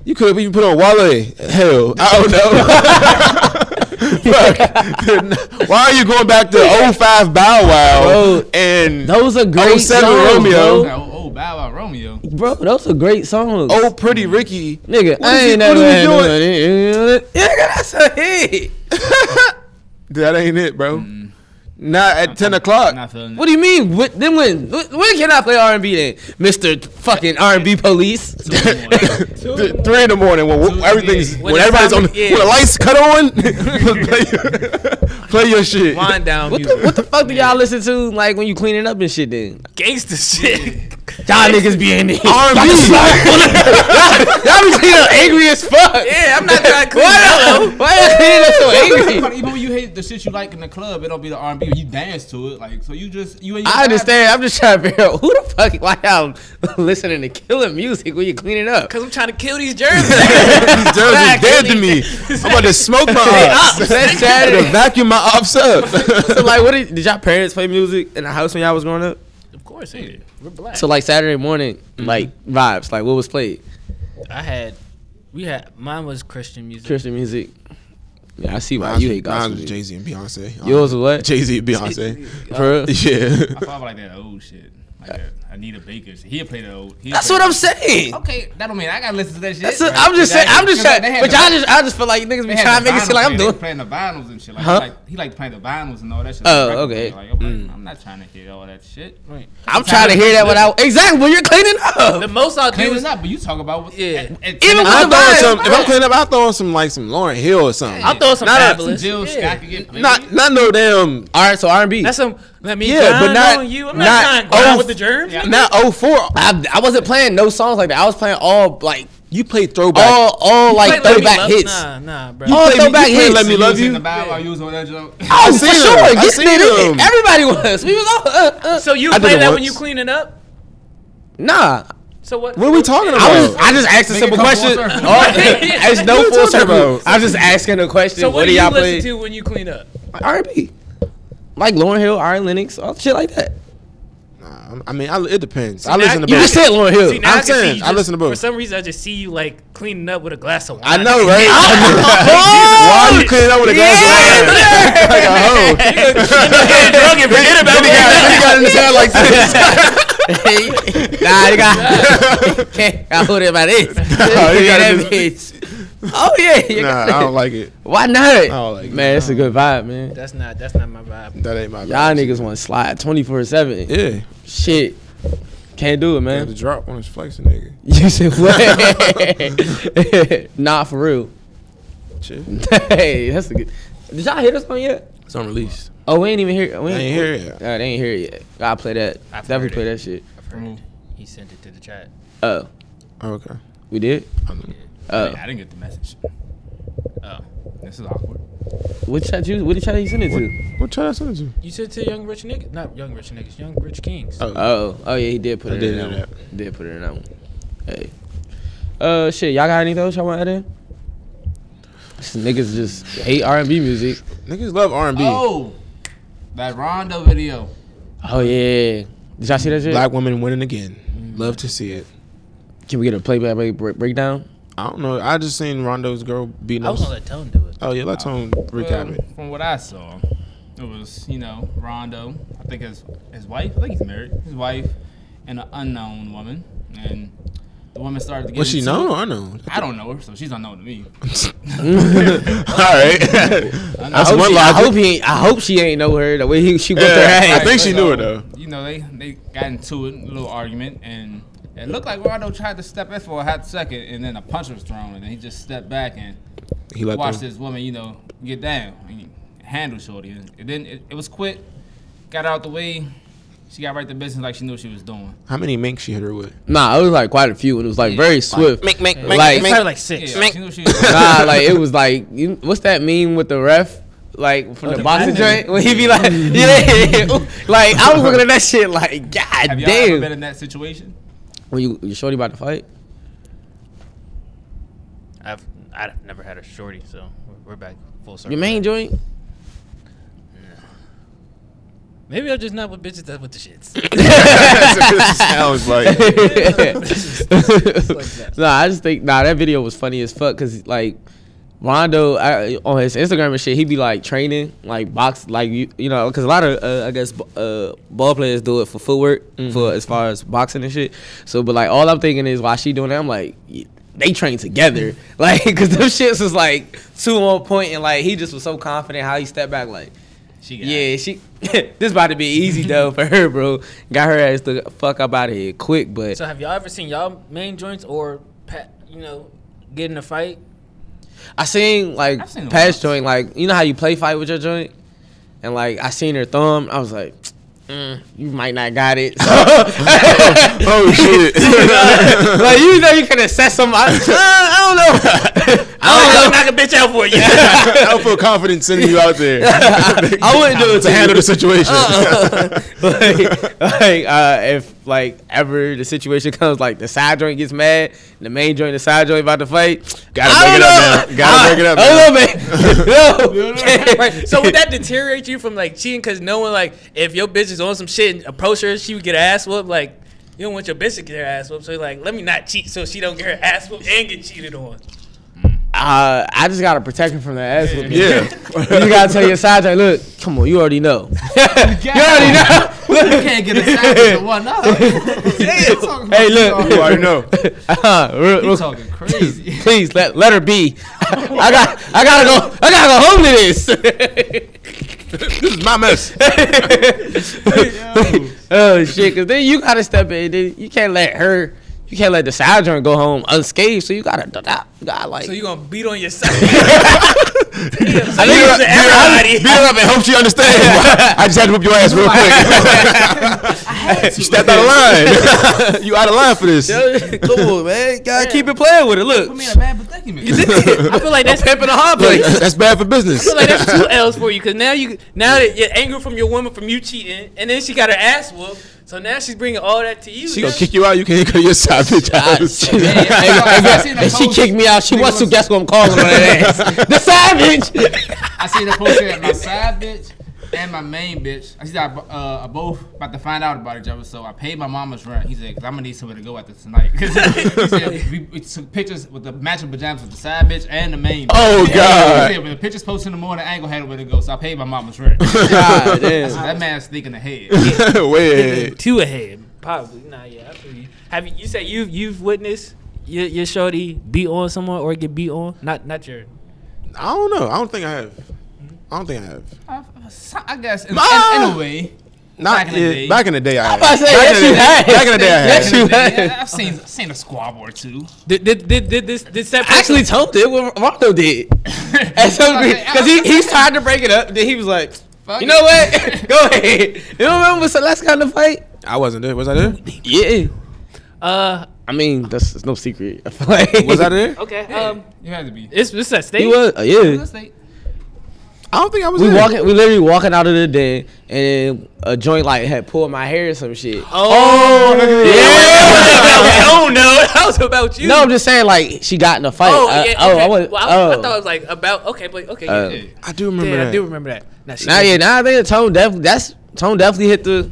Speaker 2: You could have even put on Wale. Hell, I don't know. Fuck. Why are you going back to 05 Bow Wow
Speaker 1: Bro,
Speaker 2: and
Speaker 1: Those are great
Speaker 2: 07
Speaker 1: songs,
Speaker 2: Romeo.
Speaker 1: Bro.
Speaker 3: Oh, oh, Bow Wow Romeo.
Speaker 1: bro. Those are great songs.
Speaker 2: Oh Pretty Ricky?
Speaker 1: Nigga,
Speaker 2: What is
Speaker 1: I
Speaker 2: he-
Speaker 1: ain't
Speaker 2: what
Speaker 1: never
Speaker 2: is
Speaker 1: had nobody-
Speaker 2: he doing?
Speaker 1: Nigga, that's a hit.
Speaker 2: That ain't it, bro. Not at ten o'clock.
Speaker 3: I'm not feeling
Speaker 1: What do you mean? What, then when? wh- When can I play R and B then, Mister Fucking R and B Police?
Speaker 3: it.
Speaker 2: Th- three in the morning when w-
Speaker 3: Two,
Speaker 2: everything's
Speaker 3: yeah.
Speaker 2: when,
Speaker 5: When the
Speaker 2: everybody's on
Speaker 5: time-
Speaker 2: the,
Speaker 5: yeah.
Speaker 2: when the lights cut on. play, your, play your shit.
Speaker 5: Wind down
Speaker 1: What the,
Speaker 5: music.
Speaker 1: what the fuck do y'all listen to like when you cleaning up and shit? Then
Speaker 5: Gangsta shit.
Speaker 1: y'all niggas be in there.
Speaker 2: R&B.
Speaker 1: y'all be cleaning up angry as fuck.
Speaker 5: yeah, I'm not trying to clean
Speaker 1: Why
Speaker 5: up.
Speaker 1: y'all- Why y'all cleaning up so angry?
Speaker 3: Even when you hate the shit you like in the club, it don't be the R and B. You dance to it, like so. You just you. And your
Speaker 1: I understand. I'm just trying to figure out who the fuck why y'all listening to killer music when you cleaning up.
Speaker 5: Cause I'm trying to kill these germs.
Speaker 2: These germs are dead to me. I'm about to smoke my ops.
Speaker 1: That's
Speaker 2: I'm
Speaker 1: Saturday.
Speaker 2: gonna vacuum my ops up.
Speaker 1: so like, what did, did y'all parents play music in the house when y'all was growing up? Mm-hmm.
Speaker 5: of course, yeah. we're black.
Speaker 1: So like Saturday morning, like vibes, like what was played?
Speaker 5: I had, we had, mine was Christian music.
Speaker 1: Christian music. Yeah, I see why you hate gospel. music.
Speaker 2: Jay Z and Beyonce.
Speaker 1: Yours was what?
Speaker 2: Jay Z and Beyonce.
Speaker 1: For real?
Speaker 2: yeah.
Speaker 3: I probably like that old shit. Like that Anita Baker. shit. He'll play the old. he'll
Speaker 1: That's
Speaker 3: play
Speaker 1: what
Speaker 3: the-
Speaker 1: I'm saying.
Speaker 3: Okay, that don't mean I gotta listen to that shit.
Speaker 1: That's what, I'm just saying. I'm just trying. But y'all just, I just feel like niggas be trying to make it seem like I'm doing.
Speaker 3: playing the vinyls and shit. Like,
Speaker 1: Huh?
Speaker 3: he like he like playing the vinyls and all that shit.
Speaker 1: Oh,
Speaker 3: Like,
Speaker 1: okay.
Speaker 3: Like, I'm, like, I'm not trying to hear all that shit.
Speaker 5: Right.
Speaker 1: I'm trying to hear that without exactly when you're cleaning
Speaker 5: The
Speaker 1: up.
Speaker 5: most I'll
Speaker 3: Clean
Speaker 5: do
Speaker 3: was
Speaker 5: is
Speaker 3: not, but you talk about what,
Speaker 5: Yeah.
Speaker 3: at- at-
Speaker 1: Even
Speaker 3: at-
Speaker 1: with
Speaker 2: I'm
Speaker 1: the
Speaker 2: throwing
Speaker 1: vibes,
Speaker 2: some. If I'm
Speaker 1: right.
Speaker 2: cleaning up, I'm throwing some like some Lauren Hill or something.
Speaker 5: I'll throw some
Speaker 2: Not a-
Speaker 5: fabulous.
Speaker 3: Jill
Speaker 5: yeah.
Speaker 3: Scott could get played.
Speaker 2: Not not no damn.
Speaker 1: All right, so R&B.
Speaker 5: That's some. Let me
Speaker 2: Yeah,
Speaker 5: yeah,
Speaker 2: but not-
Speaker 5: on you. I'm
Speaker 2: not-
Speaker 5: not, trying to
Speaker 2: oh,
Speaker 5: grind with the germs.
Speaker 3: yeah.
Speaker 2: Not 04.
Speaker 1: I, I wasn't playing no songs like that. I was playing all like
Speaker 2: You play throwback.
Speaker 1: all all like
Speaker 5: Wait, let me
Speaker 1: throwback
Speaker 5: love-
Speaker 1: hits.
Speaker 5: Nah, nah, bro.
Speaker 1: all
Speaker 2: play me- Oh, you
Speaker 1: throwback
Speaker 2: play
Speaker 1: hits.
Speaker 2: Let Me
Speaker 3: You
Speaker 2: Love
Speaker 3: was in
Speaker 2: You?
Speaker 3: the bow while you was on that joke.
Speaker 1: Oh,
Speaker 2: I
Speaker 1: for
Speaker 2: seen
Speaker 1: sure.
Speaker 2: them. I
Speaker 1: Get
Speaker 2: seen
Speaker 1: nitty.
Speaker 2: them.
Speaker 1: Everybody was. We was all. Uh, uh.
Speaker 5: So you
Speaker 2: I did
Speaker 5: play
Speaker 2: it
Speaker 5: that when
Speaker 2: once.
Speaker 5: you cleaning up?
Speaker 1: Nah,
Speaker 5: So what?
Speaker 2: What are we talking about?
Speaker 1: I was. I just asked a
Speaker 3: Make it
Speaker 1: simple
Speaker 3: come full
Speaker 1: question.
Speaker 3: circle.
Speaker 1: Oh, it's
Speaker 2: What
Speaker 1: no
Speaker 2: you
Speaker 1: full
Speaker 2: talking
Speaker 1: circle.
Speaker 2: about?
Speaker 1: I was just asking a question.
Speaker 5: So what, do you
Speaker 1: y'all
Speaker 5: listen
Speaker 1: play?
Speaker 5: to when you clean up?
Speaker 1: R&B, like Lauren Hill, Iron Lennox, all shit like that.
Speaker 2: Nah, I mean, I, it depends. I
Speaker 5: now
Speaker 2: listen to
Speaker 5: you
Speaker 1: You
Speaker 2: both.
Speaker 1: just said Lauren Hill.
Speaker 5: See, now
Speaker 2: I'm
Speaker 5: I can see
Speaker 2: saying,
Speaker 5: you
Speaker 2: I listen to both.
Speaker 5: For some reason, I just see you like cleaning up with a glass of wine.
Speaker 2: I know, right? Why are you cleaning up with a glass of wine? Like a hoe.
Speaker 5: drunk and forget about
Speaker 2: Then he got, then he got in his head like this.
Speaker 1: nah, you got can't got hold about this.
Speaker 2: you gotta
Speaker 1: that bitch. Oh yeah. you
Speaker 2: Nah,
Speaker 1: got
Speaker 2: I
Speaker 1: it.
Speaker 2: don't like it.
Speaker 1: Why not?
Speaker 2: don't like it.
Speaker 1: man, it's a good vibe, man.
Speaker 5: That's not. That's not my vibe.
Speaker 2: That ain't my.
Speaker 1: Y'all niggas want to slide twenty four seven.
Speaker 2: Yeah,
Speaker 1: Shit, can't do it,
Speaker 2: I had to
Speaker 1: man.
Speaker 2: drop when it's flexing, nigga.
Speaker 1: You said what? nah, for real.
Speaker 2: Shit,
Speaker 1: hey, that's a good. Did y'all hear this one yet?
Speaker 2: it's on release.
Speaker 1: Oh, we ain't even hear. We
Speaker 2: I
Speaker 1: ain't,
Speaker 2: ain't hear it.
Speaker 1: Uh, they ain't hear it yet. I play that.
Speaker 5: I've
Speaker 1: Definitely
Speaker 5: heard
Speaker 1: play that shit.
Speaker 5: Mm.
Speaker 3: From who?
Speaker 5: He sent it to the chat.
Speaker 1: Oh,
Speaker 2: Oh, okay.
Speaker 1: we did.
Speaker 2: Um,
Speaker 3: I,
Speaker 1: Oh,
Speaker 3: didn't, I didn't get the message.
Speaker 5: Oh.
Speaker 3: This is awkward.
Speaker 1: what chat you? What chat you send it to?
Speaker 2: what try that send it to?
Speaker 5: You sent to Young Rich Niggas? Not Young Rich Niggas, Young Rich Kings.
Speaker 2: Oh,
Speaker 1: Oh, oh yeah, he did put
Speaker 2: I
Speaker 1: it
Speaker 2: did
Speaker 1: in that
Speaker 2: do
Speaker 1: one. Did put it in that one. Hey, uh, shit, y'all got anything else y'all want to add in? These niggas just hate R and B music.
Speaker 2: niggas love R and B.
Speaker 3: Oh, that Rondo video.
Speaker 1: Oh yeah, did y'all see that shit?
Speaker 2: Black women winning again. Love to see it.
Speaker 1: Can we get a playback break, break, breakdown?
Speaker 2: I don't know. I just seen Rondo's girl beating
Speaker 5: I
Speaker 2: up.
Speaker 5: was gonna let Tone do it.
Speaker 2: Oh yeah, let's home recap
Speaker 3: Well,
Speaker 2: it.
Speaker 3: Uh, From what I saw, it was you know Rondo. I think his his wife. I think he's married. His wife and an unknown woman, and the woman started. to get
Speaker 2: Was she
Speaker 3: into
Speaker 2: known
Speaker 3: it.
Speaker 2: or unknown?
Speaker 3: I don't know her, so she's unknown to me.
Speaker 2: All right, that's
Speaker 1: I hope,
Speaker 2: one
Speaker 1: she, I hope
Speaker 2: logic.
Speaker 1: he ain't. I hope she ain't know her the way he she whooped
Speaker 2: Yeah,
Speaker 1: her
Speaker 2: I
Speaker 1: ass.
Speaker 2: think she
Speaker 3: so,
Speaker 2: knew it though.
Speaker 3: You know, they they got into it, a little argument, and it looked like Rondo tried to step in for a hot second, and then a punch was thrown, and then he just stepped back and
Speaker 2: He let
Speaker 3: watched
Speaker 2: them.
Speaker 3: this woman, you know, get down and handle Shorty, and then it, it was quick. Got out the way. She got right to business like she knew what she was doing.
Speaker 2: How many minks she hit her with?
Speaker 1: Nah, it was like quite a few, and it was like very swift.
Speaker 2: Mink, mink, mink,
Speaker 1: Like-
Speaker 5: It's
Speaker 2: mink.
Speaker 5: probably like six.
Speaker 3: Yeah, she knew what she was doing.
Speaker 1: nah, like it was like you, what's that meme with the ref? Like
Speaker 3: Oh,
Speaker 1: from the, boxing joint when he be like, yeah, like I was looking at that shit like, god
Speaker 3: Have y'all ever
Speaker 1: damn.
Speaker 3: been in that situation?
Speaker 1: when you you shorty about to fight,
Speaker 5: I've I've never had a shorty, so we're, we're back full circle.
Speaker 1: your main joint.
Speaker 5: Maybe I'm just not with bitches that's with the shits.
Speaker 2: This sounds like
Speaker 1: nah, I just think nah that video was funny as fuck because like Rondo I, on his Instagram and shit, he be like training like box like you you know because a lot of uh, I guess b- uh, ball players do it for footwork for as far as boxing and shit. So, but like all I'm thinking is why she doing that? I'm like. y- They train together, like, cause them shits was like two on point, and like he just was so confident how he stepped back, like,
Speaker 3: She got
Speaker 1: yeah, she. this about to be easy though for her, bro. Got her ass the fuck up out of here quick, but
Speaker 5: so have y'all ever seen y'all main joints or pat, you know get in a fight?
Speaker 1: I seen like
Speaker 3: I've seen a
Speaker 1: Pat's
Speaker 3: lot.
Speaker 1: joint, like you know how you play fight with your joint, and like I seen her thumb. I was like, mm, you might not got it. So-
Speaker 2: oh shit.
Speaker 1: like you know you could assess some. I, uh, I don't know. I don't know.
Speaker 5: knock a bitch out for you.
Speaker 2: I don't feel confident sending you out there
Speaker 1: I wouldn't do it to
Speaker 2: to
Speaker 1: Uh-uh.
Speaker 2: handle the situation.
Speaker 1: like, like uh, if like ever the situation comes, like the side joint gets mad, and the main joint, the side joint about to fight.
Speaker 2: Gotta
Speaker 1: I
Speaker 2: break it up
Speaker 1: don't know.
Speaker 2: now. Gotta
Speaker 1: I-
Speaker 2: break it up now.
Speaker 1: I don't know, man. No.
Speaker 5: right. So would that deteriorate you from like cheating? Because no one like if your bitch is on some shit and approach her, she would get her ass whooped. Like you don't want your bitch to get her ass whooped. So you're like, let me not cheat so she don't get her ass whooped and get cheated on.
Speaker 1: Uh, I just gotta protect him from the ass whooping.
Speaker 2: Yeah.
Speaker 1: you gotta tell your side joint, look, come on, you already know. you already know.
Speaker 3: You can't get a savage in one up. Damn.
Speaker 1: Hey, look.
Speaker 2: You already know.
Speaker 1: Uh, real- real-
Speaker 3: He's talking crazy.
Speaker 1: please let let her be. I got I gotta go I gotta go home to this.
Speaker 2: This is my mess.
Speaker 1: oh shit! Cause then you gotta step in. Then you can't let her. You can't let the side joint go home unscathed. So you gotta, you gotta like.
Speaker 5: So you gonna beat on your side?
Speaker 1: I think
Speaker 5: lose
Speaker 1: you-
Speaker 5: everybody.
Speaker 2: Beat her up and hope she understands. I just had to whip your ass real quick. you stepped out of line. you out of line for this.
Speaker 1: Come on, man. Gotta keep it playing with it.
Speaker 3: Put
Speaker 1: Look,
Speaker 3: me in a bad predicament.
Speaker 5: I feel like that's. I
Speaker 1: pimping a hot
Speaker 2: Look,
Speaker 1: place.
Speaker 2: that's bad for business.
Speaker 5: feel like that's two L's for you because now you now that you're angry from your woman from you cheating and then she got her ass whooped so now she's bringing all that to you.
Speaker 2: She gonna kick you out. You can't go to your side bitch
Speaker 5: Ah,
Speaker 2: ass.
Speaker 1: If she kicked me out, she wants to guess what I'm calling on that ass. The savage.
Speaker 3: I see the post that my side bitch and my main bitch. I see that uh, are both about to find out about each other. So I paid my mama's rent. He said, "Cause I'm gonna need somewhere to go after tonight." he said, we, we took pictures with the matching pajamas with the side bitch and the main. Bitch.
Speaker 2: Oh, God.
Speaker 3: He said, when the pictures posted in the morning, I ain't gonna have nowhere to go. So I paid my mama's rent.
Speaker 1: God damn.
Speaker 3: that man's thinking ahead.
Speaker 2: Wait.
Speaker 5: two ahead. Probably. Nah, yeah. I feel you. Have you? You said you you've witnessed your, your shorty beat on someone or get beat on? Not not your.
Speaker 2: I don't know. I don't think I have. I don't think I have.
Speaker 3: I, Uh, I guess in,
Speaker 2: Ah!
Speaker 3: in, in a way.
Speaker 2: Not
Speaker 3: Back
Speaker 2: back
Speaker 3: in
Speaker 2: in
Speaker 3: the day.
Speaker 2: the, back in the day, I had.
Speaker 1: about to say,
Speaker 2: back,
Speaker 1: yes,
Speaker 2: in the
Speaker 1: you
Speaker 2: day,
Speaker 1: had.
Speaker 2: back in the day, I
Speaker 1: Yes,
Speaker 2: had.
Speaker 1: you
Speaker 3: in a day,
Speaker 1: had.
Speaker 3: I- I've seen seen a squabble or two.
Speaker 5: Did did did, did this did that
Speaker 1: I actually told it what Rondo did. And so, because he, he tried to break it up, then he was like,
Speaker 3: Fuck
Speaker 1: you
Speaker 3: it.
Speaker 1: know what? Go ahead. You don't remember what's the last kind of fight?
Speaker 2: I wasn't there. Was I there?
Speaker 1: Yeah.
Speaker 5: Uh,
Speaker 1: I mean, that's, that's no secret. I feel like-
Speaker 2: Was I there?
Speaker 5: okay. Um,
Speaker 3: You had to be.
Speaker 5: it's it's at state.
Speaker 1: He was, uh, yeah.
Speaker 2: I don't think I was
Speaker 1: We
Speaker 2: there.
Speaker 1: walking, we literally walking out of the den, and a joint like had pulled my hair or some shit.
Speaker 5: Oh,
Speaker 1: Yeah.
Speaker 5: oh no, that was about you.
Speaker 1: No, I'm just saying like she got in a fight.
Speaker 5: Oh,
Speaker 1: I-
Speaker 5: yeah.
Speaker 1: oh,
Speaker 5: okay.
Speaker 1: I was,
Speaker 5: well, I, I
Speaker 1: oh.
Speaker 5: thought it was like about. Okay, but okay.
Speaker 1: Uh,
Speaker 5: yeah,
Speaker 2: I do remember
Speaker 5: yeah,
Speaker 2: that.
Speaker 5: I do remember that. Now, she
Speaker 1: Now, yeah, now I think the tone definitely. That's tone definitely hit the.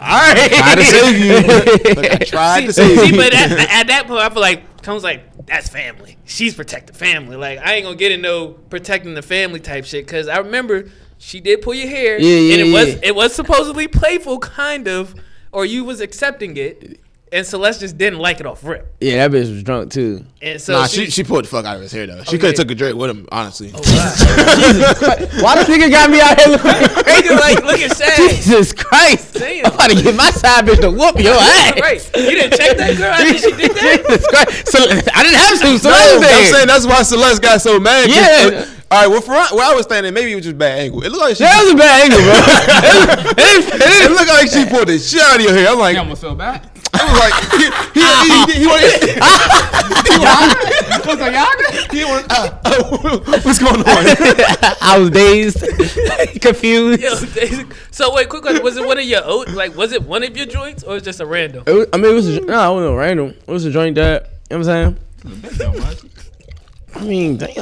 Speaker 1: All right.
Speaker 2: Tried to save you. Look, I tried to
Speaker 5: See,
Speaker 2: save
Speaker 5: see,
Speaker 2: you.
Speaker 5: but at, at that point, I feel like Cone's like, that's family. She's protecting family. Like, I ain't gonna get in no protecting the family type shit because I remember she did pull your hair.
Speaker 1: Yeah, yeah,
Speaker 5: And it was
Speaker 1: yeah.
Speaker 5: it was supposedly playful, kind of, or you was accepting it, and Celeste just didn't like it off rip.
Speaker 1: yeah, that bitch was drunk too.
Speaker 5: And so
Speaker 2: Nah,
Speaker 5: she, Oh.
Speaker 2: she, she pulled the fuck out of his hair though. She could
Speaker 5: yeah.
Speaker 2: have took a drink with him, honestly.
Speaker 1: Why this nigga got me out here looking
Speaker 5: Nigga,
Speaker 1: crazy?
Speaker 5: like looking sad.
Speaker 1: Jesus Christ!
Speaker 5: Damn.
Speaker 1: I'm about to get my side bitch to whoop your ass.
Speaker 5: right. You didn't check that girl after she did that?
Speaker 1: Jesus Christ! So, I didn't have to. So
Speaker 2: No,
Speaker 1: no,
Speaker 2: I'm saying that's why Celeste got so mad. 'cause-
Speaker 1: Yeah.
Speaker 2: All right, well, from where I was standing, maybe it was just bad angle. It looked like she.
Speaker 1: that was a bad angle, bro. It- it-
Speaker 2: it looked like she pulled the shit out of your hair. I'm like,
Speaker 3: He
Speaker 2: it
Speaker 3: almost fell back.
Speaker 2: was like, he, he, he, he, he, wanted-
Speaker 3: I was like, y'all good?
Speaker 2: he wanted- ah, oh, what's going on?
Speaker 1: I was dazed, confused.
Speaker 5: Yo, Daisy- so wait, quick question. Was it one of your oats? Like, was it one of your joints or was it just a random?
Speaker 1: It was, I mean, it was a, no, I wasn't random. It was a joint that you know what I'm saying. I mean, damn.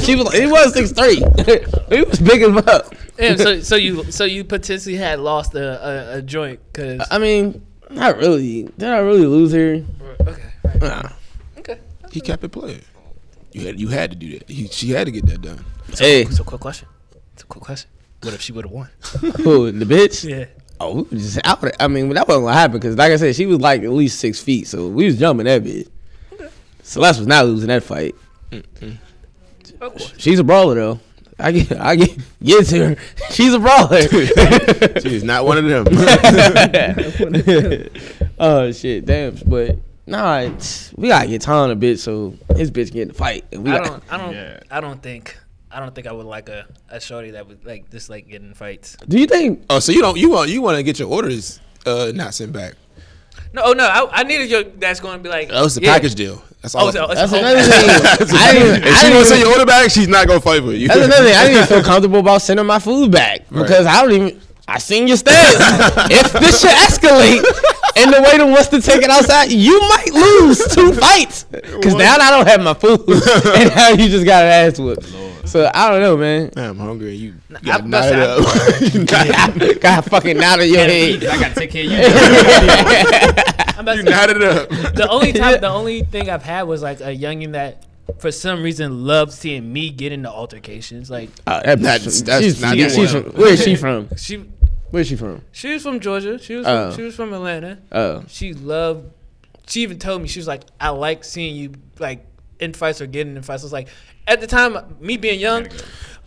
Speaker 1: she was like, it was six three. we was big as fuck.
Speaker 5: Damn, so so you so you potentially had lost a, a, a joint because
Speaker 2: Uh,
Speaker 1: I mean, not really. Did I really lose her?
Speaker 2: uh,
Speaker 5: okay, right.
Speaker 1: Nah.
Speaker 2: he kept it playing. You had, you had to do that. He, she had to get that done.
Speaker 1: Hey,
Speaker 5: So quick question, so quick question. What if she would have won?
Speaker 1: who the bitch?
Speaker 5: Yeah,
Speaker 1: Oh, we was just out. there. I mean, that wasn't gonna happen because, like I said, she was like at least six feet, so we was jumping that bitch. Celeste was not losing that fight.
Speaker 5: of course.
Speaker 1: She's a brawler though. I get, I get, get to her. She's a brawler.
Speaker 2: She is not one of them.
Speaker 1: oh shit, damn. But nah, it's- we gotta get Tom a bit so his bitch get in the fight. And we
Speaker 5: I
Speaker 1: got,
Speaker 5: don't, I don't,
Speaker 3: Yeah.
Speaker 5: I don't think, I don't think I would like a, a shorty that would like just like getting in fights.
Speaker 1: do you think?
Speaker 2: oh, so you don't you want you want to get your orders uh, not sent back?
Speaker 5: No, oh no, I, I needed your that's going to be like.
Speaker 2: That was the
Speaker 5: yeah.
Speaker 2: package deal. That's all.
Speaker 5: Oh, so,
Speaker 1: That's
Speaker 5: so-
Speaker 1: another thing. I didn't,
Speaker 2: if
Speaker 1: I
Speaker 2: she
Speaker 1: didn't
Speaker 2: don't send
Speaker 1: even,
Speaker 2: your order back, she's not gonna fight for you.
Speaker 1: that's another thing. I didn't even feel comfortable about sending my food back because I don't even. I seen your stats. if this should escalate and the waiter wants to take it outside, you might lose two fights because now I don't have my food and now you just got an ass whooped. So I don't know, man.
Speaker 2: I'm hungry. You
Speaker 5: I-
Speaker 2: got knotted
Speaker 5: I-
Speaker 2: up. You knotted-
Speaker 1: got fucking out of your head.
Speaker 3: I gotta take care of you.
Speaker 5: I'm about
Speaker 2: you
Speaker 5: to-
Speaker 2: knotted up.
Speaker 5: the only
Speaker 1: Yeah.
Speaker 5: time, the only thing I've had was like a youngin that, for some reason, loved seeing me get into altercations. Like
Speaker 1: Uh, that
Speaker 2: That's-
Speaker 1: bitch-
Speaker 2: that's
Speaker 1: she's,
Speaker 2: not
Speaker 1: she-
Speaker 2: that
Speaker 1: she's
Speaker 2: one.
Speaker 1: from, where is she from?
Speaker 5: she,
Speaker 1: Where is she from?
Speaker 5: she was from Georgia. She was,
Speaker 1: Oh.
Speaker 5: from, she was from Atlanta.
Speaker 1: Oh,
Speaker 5: She loved. She even told me she was like, "I like seeing you like in fights or getting in fights." I was like, at the time, me being young,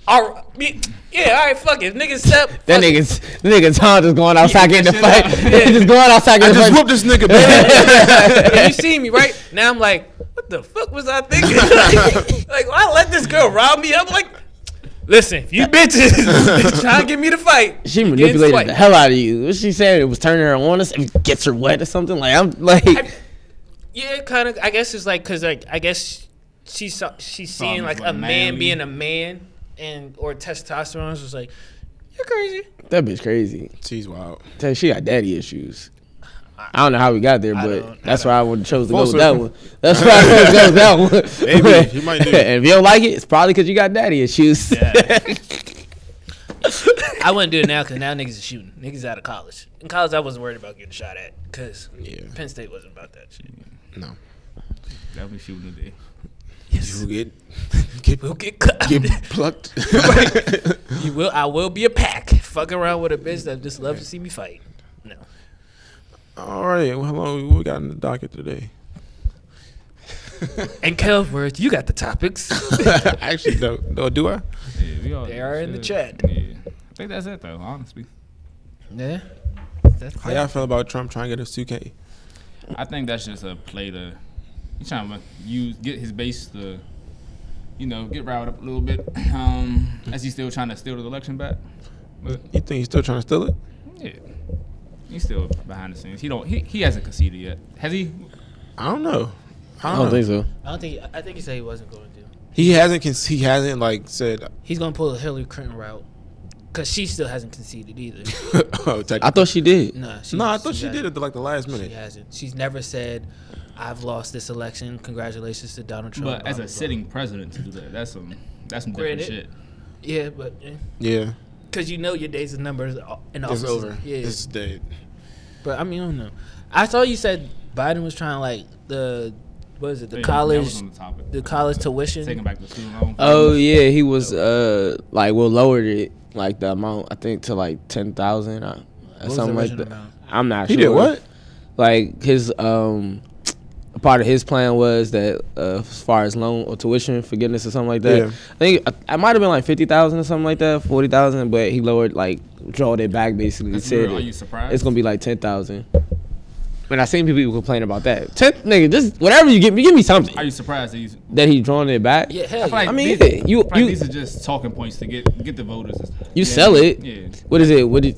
Speaker 5: all me, yeah, all right, fuck it, niggas
Speaker 1: that
Speaker 5: up. fuck it.
Speaker 1: nigga's that nigga's Tom just going outside getting the fight. He just going outside
Speaker 2: I
Speaker 1: getting
Speaker 2: just
Speaker 1: the fight.
Speaker 2: whooped this nigga back.
Speaker 5: Yeah, you see me right now? I'm like, what the fuck was I thinking? like, why let this girl rob me? I'm like. Listen, if you bitches trying to get me to fight.
Speaker 1: She
Speaker 5: you get in
Speaker 1: manipulated
Speaker 5: fight.
Speaker 1: the hell out of you. What she said it was turning her on us. It gets her wet or something. Like I'm like,
Speaker 5: Yeah, kind of. I guess it's like because like I guess she saw she's
Speaker 3: Problem
Speaker 5: seeing like
Speaker 3: with
Speaker 5: a man
Speaker 3: manly.
Speaker 5: being a man and or testosterone is just like you're crazy.
Speaker 1: that bitch crazy.
Speaker 2: She's wild.
Speaker 1: Tell you, She got daddy issues. I don't know how we got there, but
Speaker 5: don't-
Speaker 1: that's why I would chose to go with
Speaker 2: Full
Speaker 1: that
Speaker 2: circle.
Speaker 1: one. That's why I chose to go with that one.
Speaker 2: Maybe, she might do.
Speaker 1: and if you don't like it, it's probably because you got daddy issues.
Speaker 5: I wouldn't do it now because now niggas are shooting. Niggas out of college. In college, I wasn't worried about getting shot at because
Speaker 2: Yeah.
Speaker 5: Penn State wasn't about that shit.
Speaker 2: No.
Speaker 3: That'll be shooting today.
Speaker 2: You get get
Speaker 5: We'll get cut.
Speaker 2: get plucked.
Speaker 5: you will. I will be a pack. Fuck around with a bitch that just loves to see me fight. No.
Speaker 2: All right. Well, how long we- we got in the docket today?
Speaker 5: And Kel's words, you got the topics.
Speaker 2: Actually, no, no. Do I?
Speaker 3: Yeah, we all
Speaker 5: They are in the
Speaker 3: shit.
Speaker 5: chat.
Speaker 3: Yeah. I think that's it though, honestly.
Speaker 5: yeah. That's
Speaker 2: How y'all feel about Trump trying to get us 2K?
Speaker 3: I think that's just a play to he's trying to use get his base to you know, get riled up a little bit. Um as he's still trying to steal the election back. But
Speaker 2: You think he's still trying to steal it?
Speaker 3: yeah. He's still behind the scenes. He don't. He, he hasn't conceded yet. Has he?
Speaker 2: I don't know.
Speaker 1: I don't think so.
Speaker 5: I don't think. I think he said he wasn't going to.
Speaker 2: He hasn't. con- He hasn't like said.
Speaker 5: He's gonna pull a Hillary Clinton route, cause she still hasn't conceded either.
Speaker 2: oh,
Speaker 1: I thought she did.
Speaker 5: Nah, she,
Speaker 2: no, I thought she did
Speaker 5: hasn't.
Speaker 2: it like the last minute.
Speaker 5: She hasn't. She's never said, "I've lost this election. Congratulations to Donald Trump."
Speaker 3: But
Speaker 5: blah,
Speaker 3: as
Speaker 5: blah,
Speaker 3: a
Speaker 5: blah."
Speaker 3: sitting president to do that, that's some that's some different
Speaker 5: Granted.
Speaker 3: shit.
Speaker 5: yeah, but eh,
Speaker 2: Yeah,
Speaker 5: cause you know your days of numbers in office
Speaker 2: it's
Speaker 5: is-
Speaker 2: over.
Speaker 5: Yeah,
Speaker 2: It's dead.
Speaker 5: but I mean, I don't know. I saw you said Biden was trying like the what is it? The
Speaker 3: Yeah, that
Speaker 5: college,
Speaker 3: was on the topic.
Speaker 5: the college
Speaker 3: Taking
Speaker 5: tuition.
Speaker 3: back the student loan.
Speaker 1: Oh yeah, he was uh like well lowered it like the amount I think to like ten thousand or
Speaker 5: was
Speaker 1: something
Speaker 5: the
Speaker 1: like
Speaker 5: original
Speaker 1: that.
Speaker 5: amount?
Speaker 1: I'm not
Speaker 2: He
Speaker 1: sure.
Speaker 2: did what?
Speaker 1: Like his um part of his plan was that uh, as far as loan or tuition forgiveness or something like that.
Speaker 2: Yeah.
Speaker 1: I think I, I might have been like fifty thousand or something like that, forty thousand, but he lowered like drawed it back basically.
Speaker 3: That's
Speaker 1: said
Speaker 3: real. Are
Speaker 1: it-
Speaker 3: you surprised?
Speaker 1: It's gonna be like ten thousand. And I seen people complain about that. Ten nigga, just whatever you give me, give me something
Speaker 3: Are you surprised that he's?
Speaker 1: that he drawn it back.
Speaker 5: Yeah,
Speaker 3: I
Speaker 5: hell
Speaker 3: feel like
Speaker 1: I mean,
Speaker 3: these,
Speaker 1: yeah, you-
Speaker 3: I feel like
Speaker 1: you-
Speaker 3: these are just talking points to get get the voters. and stuff.
Speaker 1: You sell it.
Speaker 3: Yeah.
Speaker 1: What is it? What is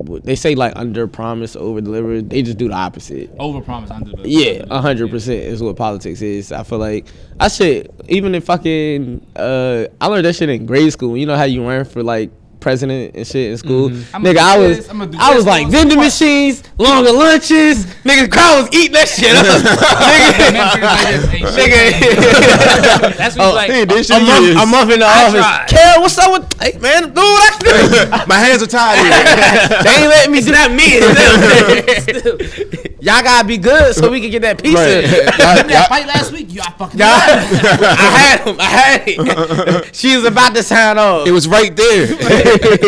Speaker 1: what- they say like under promise, over deliver? They just do the opposite.
Speaker 3: Over promise under the.
Speaker 1: Yeah, a hundred percent is what politics is. I feel like I should even in fucking uh I learned that shit in grade school. You know how you ran for like president and shit in school.
Speaker 3: Mm-hmm. I'ma
Speaker 1: Nigga,
Speaker 3: do
Speaker 1: I was
Speaker 3: this, I'ma do
Speaker 1: I was
Speaker 3: this,
Speaker 1: like
Speaker 3: I'ma-
Speaker 1: vending
Speaker 3: what?
Speaker 1: machines, longer lunches. Nigga, the crowd was eating that shit up.
Speaker 3: Nigga.
Speaker 1: nigga, nigga.
Speaker 5: That's what
Speaker 1: Oh,
Speaker 5: he's like.
Speaker 2: He did shit
Speaker 1: A month, a
Speaker 2: years.
Speaker 1: month in the
Speaker 5: I tried.
Speaker 1: office. Kel, what's up with? Hey man, do what I can do.
Speaker 2: My hands are tied. Here.
Speaker 1: they ain't let me. It's not me. It's them. Y'all gotta be good so we can get that pizza.
Speaker 2: Right. Y'all-
Speaker 3: Fight last week, you I fucking.
Speaker 1: Y'all- I had him. I had it. she was about to sign off.
Speaker 2: it was right there.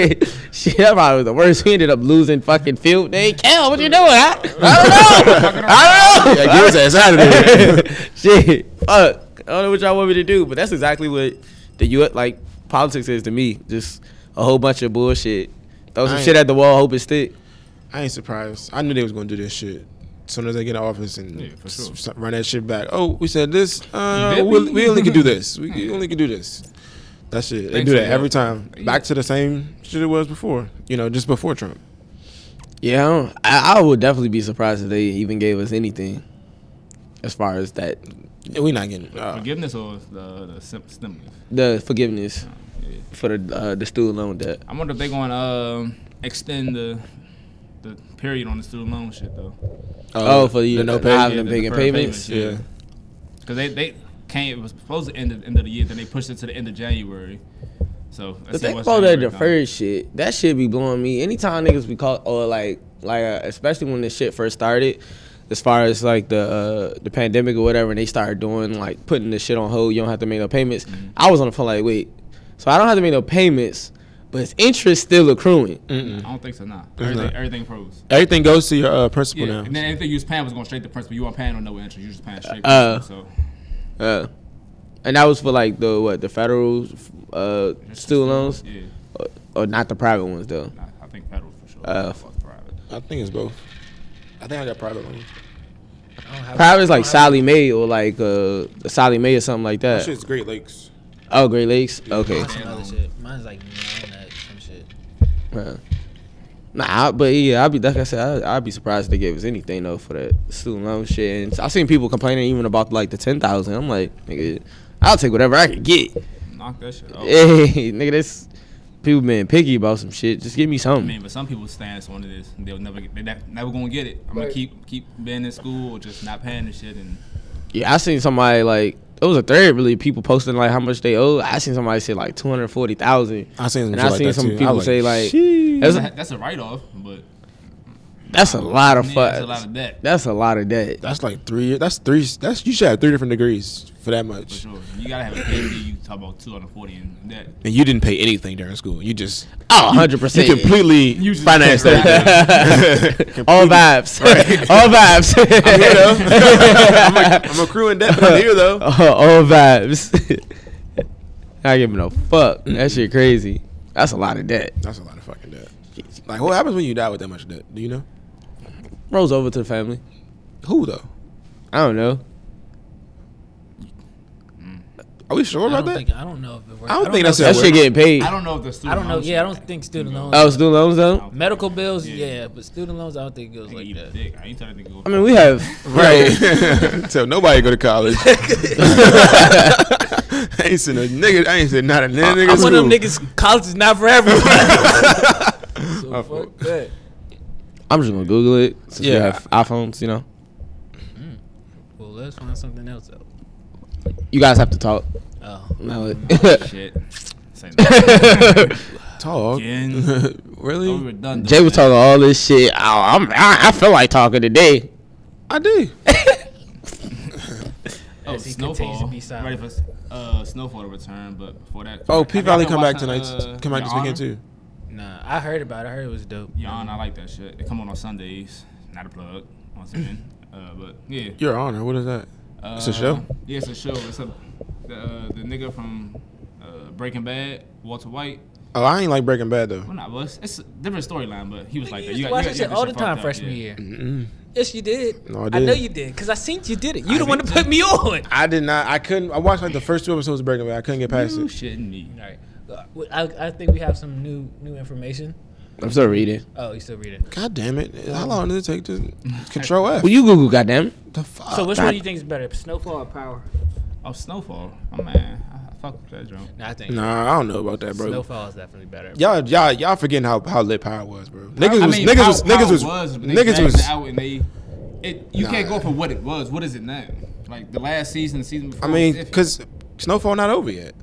Speaker 1: she that probably was the worst. We ended up losing fucking field. They Kel, what you doing? I, I don't know. I don't know.
Speaker 2: yeah, get his ass out of there.
Speaker 1: Shit, fuck. I don't know what y'all want me to do, but that's exactly what the U. Like politics is to me, just a whole bunch of bullshit. Throw some
Speaker 2: I
Speaker 1: shit
Speaker 2: ain't-
Speaker 1: at the wall, hope it stick.
Speaker 2: I ain't surprised. I knew they was gonna do this shit. As soon as they get in office and
Speaker 3: Yeah, for sure.
Speaker 2: s- run that shit back. Oh, we said this. Uh,
Speaker 3: Did
Speaker 2: we,
Speaker 3: we?
Speaker 2: we only can do this. We we only can do this. That shit. They
Speaker 3: Thanks
Speaker 2: do
Speaker 3: for
Speaker 2: that
Speaker 3: the
Speaker 2: every
Speaker 3: help.
Speaker 2: time. Back to the same shit it was before. You know, just before Trump.
Speaker 1: Yeah, I, don't, I, I would definitely be surprised if they even gave us anything as far as that
Speaker 2: Yeah, we not getting. Uh,
Speaker 3: Forgiveness or the the sim- stimulus.
Speaker 1: the forgiveness
Speaker 3: Yeah.
Speaker 1: for the uh, the student loan debt.
Speaker 3: I wonder if they're going to um, extend the the period on the student loan shit though.
Speaker 1: Oh, for you,
Speaker 2: no
Speaker 1: no
Speaker 2: pay.
Speaker 1: having
Speaker 3: Yeah,
Speaker 1: them
Speaker 3: the
Speaker 1: making
Speaker 3: deferred
Speaker 1: payments.
Speaker 3: payments,
Speaker 2: Yeah.
Speaker 3: Cause they they came it was supposed to end at the end of the year, then they pushed it to the end of January. So
Speaker 1: The thing about that deferred shit, that shit be blowing me. Anytime niggas be called or like like uh, especially when this shit first started, as far as like the uh, the pandemic or whatever, and they started doing like putting this shit on hold. You don't have to make no payments. I was on the phone like, wait, so I don't have to make no payments, but it's interest still accruing.
Speaker 3: I don't think so. Nah,
Speaker 2: not.
Speaker 3: everything, everything froze.
Speaker 2: Everything goes to your uh, principal
Speaker 3: Yeah,
Speaker 2: now.
Speaker 3: and then anything you was paying was going straight to principal. You weren't paying on no interest. You just paying straight.
Speaker 1: Uh,
Speaker 3: principal,
Speaker 1: Uh, and that was for like the what the federal uh,
Speaker 3: so
Speaker 1: student loans,
Speaker 3: Yeah,
Speaker 1: or, or not the private ones though.
Speaker 3: nah, I think federal for sure.
Speaker 1: Uh,
Speaker 3: Fuck private.
Speaker 2: I think it's both. I think I got private money.
Speaker 5: I don't have-
Speaker 1: Private is like
Speaker 5: I don't have-
Speaker 1: Sally Mae or like uh Sally Mae or something like
Speaker 2: That
Speaker 1: that.
Speaker 2: shit's Great Lakes.
Speaker 1: Oh, Great Lakes. Okay.
Speaker 5: Some other shit. Mine's like nine nut, some shit.
Speaker 1: Uh, Nah, I- but yeah, I'd be like I said, I, I'd be surprised if they gave us anything though for that student loan shit. And I've seen people complaining even about like the ten thousand. I'm like, nigga, I'll take whatever I can get.
Speaker 3: Knock that shit off.
Speaker 1: Hey, nigga, this people being picky about some shit. Just give me
Speaker 3: I
Speaker 1: something.
Speaker 3: mean, but some people's stance on it is they'll never get, they're not- never gonna get it. I'm gonna keep keep being in school or just not paying the shit and
Speaker 1: Yeah, I seen somebody like it was a third really people posting like how much they owe. I seen somebody say like two hundred forty thousand.
Speaker 2: I seen some
Speaker 1: And
Speaker 2: shit
Speaker 1: I
Speaker 2: like
Speaker 1: seen
Speaker 2: that
Speaker 1: some
Speaker 2: too. I
Speaker 1: people
Speaker 2: was
Speaker 1: say like
Speaker 2: "Sheesh."
Speaker 1: that's a,
Speaker 3: that's a write off. But
Speaker 1: that's a lot of
Speaker 3: yeah,
Speaker 1: fuck.
Speaker 3: that's a lot of debt.
Speaker 1: That's a lot of debt.
Speaker 2: that's like three. That's three. That's you should have three different degrees for that
Speaker 3: For
Speaker 2: much.
Speaker 3: sure, you gotta have a PhD. You talk about 240 and that.
Speaker 2: And you didn't pay anything during school. You just
Speaker 1: Oh, 100%.
Speaker 2: you completely
Speaker 3: You just-
Speaker 2: financed that.
Speaker 1: All vibes. All vibes.
Speaker 2: I'm here though. I'm, like, I'm accruing debt, but I'm here though.
Speaker 1: All vibes. Not giving no fuck. That shit crazy. That's a lot of debt.
Speaker 2: That's a lot of fucking debt. Like, what happens when you die with that much debt? Do you know?
Speaker 1: Rolls over to the family.
Speaker 2: Who though?
Speaker 1: I don't know.
Speaker 2: Are we we sure
Speaker 5: I
Speaker 2: about
Speaker 5: don't
Speaker 2: that?
Speaker 5: think I don't know if it works.
Speaker 2: I don't think that's
Speaker 1: That
Speaker 2: Yeah,
Speaker 1: shit
Speaker 2: we-
Speaker 1: getting paid.
Speaker 3: I don't know if the student
Speaker 5: I don't know.
Speaker 3: loans
Speaker 5: Yeah, I
Speaker 3: like
Speaker 5: don't think student loans.
Speaker 1: Oh, student loans though.
Speaker 5: medical bills, yeah.
Speaker 3: Mm-hmm. Yeah.
Speaker 5: but student loans, I don't think it goes
Speaker 3: that.
Speaker 5: like
Speaker 3: You
Speaker 5: that.
Speaker 3: dick. I ain't trying to think of-
Speaker 1: I mean, we have
Speaker 2: Right. Tell nobody go to college. I ain't seen a nigga. I ain't seen not a nigga.
Speaker 5: I'm one of them
Speaker 2: school.
Speaker 5: niggas. College is not for everyone.
Speaker 2: My
Speaker 5: so
Speaker 2: fault.
Speaker 5: fuck that.
Speaker 1: I'm just gonna Google it. Since yeah.
Speaker 2: Yeah.
Speaker 1: We have iPhones, you know.
Speaker 5: Well, let's find something else out.
Speaker 1: You guys have to talk.
Speaker 5: Oh,
Speaker 1: No,
Speaker 3: Shit. Say no.
Speaker 2: Talk.
Speaker 3: Again.
Speaker 2: really?
Speaker 3: Oh, we were done.
Speaker 1: Jay
Speaker 3: though.
Speaker 1: was talking all this shit. I, I'm, I, I feel like talking today.
Speaker 2: I do.
Speaker 3: Oh,
Speaker 5: As he continues
Speaker 3: snowfall.
Speaker 5: to be silent.
Speaker 3: Ready for uh, snowfall to return, but before that.
Speaker 2: Oh,
Speaker 3: Have
Speaker 2: P
Speaker 3: y'all
Speaker 2: Valley
Speaker 3: been
Speaker 2: come back
Speaker 3: watching,
Speaker 2: tonight.
Speaker 3: uh,
Speaker 2: come back this
Speaker 3: Your
Speaker 2: weekend
Speaker 3: Honor?
Speaker 2: too.
Speaker 5: nah, I heard about it. I heard it was dope.
Speaker 3: Your Honor, I like that shit. They come on on Sundays. Not a plug. Once again. Uh, but yeah,
Speaker 2: Your Honor. What is that?
Speaker 3: uh,
Speaker 2: it's a show?
Speaker 3: Yeah, it's a show. It's a the, uh, the nigga from uh, Breaking Bad, Walter White.
Speaker 2: Oh, I ain't like Breaking Bad though.
Speaker 3: Well, not well, it's, it's a different storyline, but he was like
Speaker 5: you used
Speaker 3: that. You
Speaker 5: to
Speaker 3: got-
Speaker 5: watch that
Speaker 3: you got-
Speaker 5: shit
Speaker 3: you got
Speaker 5: all the
Speaker 3: shit
Speaker 5: time
Speaker 3: fucked up,
Speaker 5: freshman
Speaker 3: yeah.
Speaker 5: year.
Speaker 2: Mm-mm.
Speaker 5: Yes, you did.
Speaker 2: No, I
Speaker 5: know
Speaker 2: didn't.
Speaker 5: you did, cause I seen you did it. You the one that put me on.
Speaker 2: I did not. I couldn't. I watched like the first two episodes of Breaking Bad. I couldn't get past
Speaker 3: You
Speaker 2: it.
Speaker 3: shitting me.
Speaker 5: All right, Uh, well, I, I think we have some new new information.
Speaker 1: I'm still reading.
Speaker 5: Oh, you still reading?
Speaker 2: God damn it! How long did it take to control F?
Speaker 1: Well, you Google, goddamn.
Speaker 2: the fuck?
Speaker 5: So, which one do you think is better, Snowfall or Power?
Speaker 3: Oh, Snowfall. My man. I, I fuck with that drone.
Speaker 5: Nah, I think
Speaker 2: Nah, I don't know about that, bro.
Speaker 5: Snowfall is definitely better.
Speaker 2: Y'all, y'all, y'all forgetting how, how lit Power was, bro. Niggas
Speaker 3: I
Speaker 2: was,
Speaker 3: mean,
Speaker 2: niggas
Speaker 3: Power-
Speaker 2: was, niggas
Speaker 3: Power
Speaker 2: was,
Speaker 3: but they
Speaker 2: niggas
Speaker 3: dragged
Speaker 2: was.
Speaker 3: it out and they, it, you
Speaker 2: Nah.
Speaker 3: can't go for what it was. What is it now? Like the last season, the season before.
Speaker 2: I mean,
Speaker 3: was iffy.
Speaker 2: because Snowfall not over yet.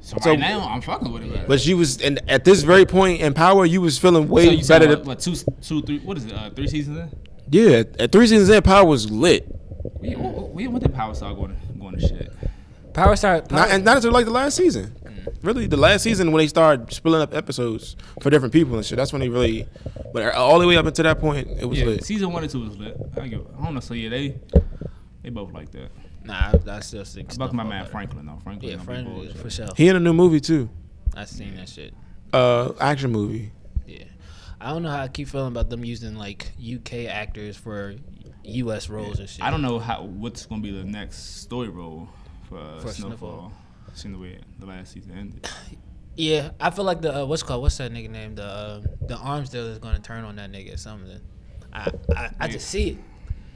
Speaker 3: so right
Speaker 2: so-
Speaker 3: now I'm fucking with it. But,
Speaker 2: But you was, and at this very point in Power, you was feeling
Speaker 3: so
Speaker 2: way
Speaker 3: you said
Speaker 2: better.
Speaker 3: what,
Speaker 2: Than,
Speaker 3: what two, two, three? What is it? Uh, three seasons in?
Speaker 2: yeah, at- at three seasons in, Power was lit.
Speaker 3: We we went to Power Star going going to shit.
Speaker 5: Power Star. Power,
Speaker 2: Not, and not until like the last season. Really, the last season when they started splitting up episodes for different people and shit. That's when they really. But all the way up until that point, it was
Speaker 3: Yeah,
Speaker 2: lit.
Speaker 3: season one and two was lit. I, give, I don't know. So yeah, they they both like that.
Speaker 5: nah, I, I still think.
Speaker 3: Fuck my
Speaker 5: Snowfall
Speaker 3: man
Speaker 5: better.
Speaker 3: Franklin though. Franklin.
Speaker 5: Yeah,
Speaker 3: gonna be
Speaker 5: Frank
Speaker 3: bullshit.
Speaker 5: for sure.
Speaker 2: He in a new movie too,
Speaker 5: I seen that shit.
Speaker 2: uh, action movie.
Speaker 5: Yeah, I don't know how I keep feeling about them using like UK actors for U.S. roles and shit.
Speaker 3: I don't know how what's gonna be the next story role for, uh,
Speaker 5: For
Speaker 3: Snowfall. Seen the way the last season ended.
Speaker 5: Yeah, I feel like the uh, what's it called what's that nigga name the uh, the arms dealer is gonna turn on that nigga or something. I I, I just see it,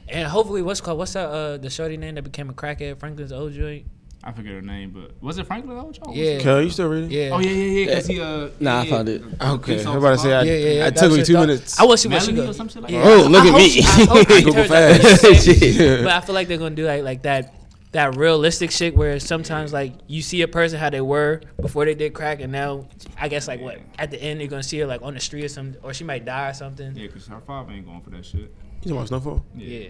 Speaker 5: and hopefully what's it called what's that uh, the shorty name that became a crackhead Franklin's old joint.
Speaker 3: I forget her name, but was it Franklin Ocho? Was
Speaker 5: Yeah.
Speaker 3: it-
Speaker 2: Kel, you still reading?
Speaker 5: Yeah.
Speaker 3: Oh yeah, yeah, yeah. Cause he uh.
Speaker 1: Nah, I
Speaker 3: yeah,
Speaker 1: found it.
Speaker 2: Okay.
Speaker 3: Police
Speaker 2: I'm about to say I,
Speaker 5: Yeah, yeah, yeah.
Speaker 2: I
Speaker 5: that
Speaker 2: took me
Speaker 5: shit
Speaker 2: two
Speaker 5: dope.
Speaker 2: minutes.
Speaker 5: I want to see what she
Speaker 3: Melanie or
Speaker 5: goes.
Speaker 3: some shit like
Speaker 5: Yeah.
Speaker 3: that?
Speaker 1: Oh, look
Speaker 5: I
Speaker 1: at
Speaker 5: hope
Speaker 1: me.
Speaker 5: she- I hope she
Speaker 2: Google
Speaker 5: turns out
Speaker 2: fast.
Speaker 5: to be safe.
Speaker 2: Shit.
Speaker 5: But I feel like they're gonna do like like that that realistic shit where sometimes like you see a person how they were before they did crack and now I guess like what at the end you're gonna see her like on the street or something or she might die or something.
Speaker 3: Yeah, cause her father ain't going for that shit.
Speaker 2: You talking about Snowfall?
Speaker 5: Yeah.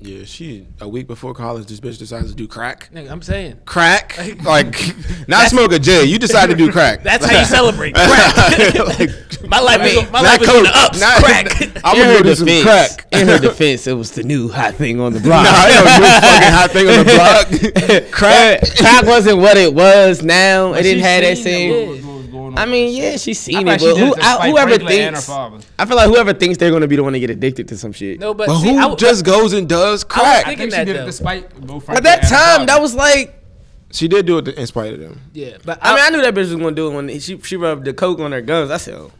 Speaker 2: Yeah, she a week before college, this bitch decides to do crack.
Speaker 5: Nigga, I'm saying.
Speaker 2: Crack, like not smoke a J. You decide to do crack.
Speaker 5: That's how you celebrate. Crack.
Speaker 2: like,
Speaker 5: My life is my
Speaker 2: not
Speaker 5: life is on the
Speaker 2: coke,
Speaker 5: ups.
Speaker 2: not-
Speaker 5: crack.
Speaker 2: I'm
Speaker 1: in her
Speaker 2: gonna do some
Speaker 1: defense,
Speaker 2: crack.
Speaker 1: in her defense, it was the new hot thing on the
Speaker 2: Nah,
Speaker 1: block.
Speaker 2: I know you fucking hot thing on the block.
Speaker 1: crack,
Speaker 2: crack.
Speaker 1: crack wasn't what it was. Now it didn't
Speaker 3: She
Speaker 1: have that
Speaker 3: seen
Speaker 1: same.
Speaker 3: What was, what was going on.
Speaker 1: I mean, yeah, she
Speaker 3: I
Speaker 1: seen
Speaker 3: thought
Speaker 1: it,
Speaker 3: she
Speaker 1: but
Speaker 3: did
Speaker 1: who,
Speaker 3: it to
Speaker 1: I,
Speaker 3: spite
Speaker 1: whoever
Speaker 3: Franklin and her
Speaker 1: thinks,
Speaker 3: father.
Speaker 1: I feel like whoever thinks they're gonna be the one to get addicted to some shit.
Speaker 5: No, but,
Speaker 2: But
Speaker 5: see,
Speaker 2: who
Speaker 5: I,
Speaker 2: just goes and does
Speaker 5: I
Speaker 3: I
Speaker 2: crack?
Speaker 5: think-
Speaker 3: think she
Speaker 5: that,
Speaker 3: did it
Speaker 5: though.
Speaker 3: despite both
Speaker 1: At that time, that
Speaker 3: was.
Speaker 1: was like,
Speaker 2: She did do it in spite of them.
Speaker 5: yeah, but
Speaker 1: I mean, I knew that bitch was gonna do it when she she rubbed the coke on her gums. I said, oh.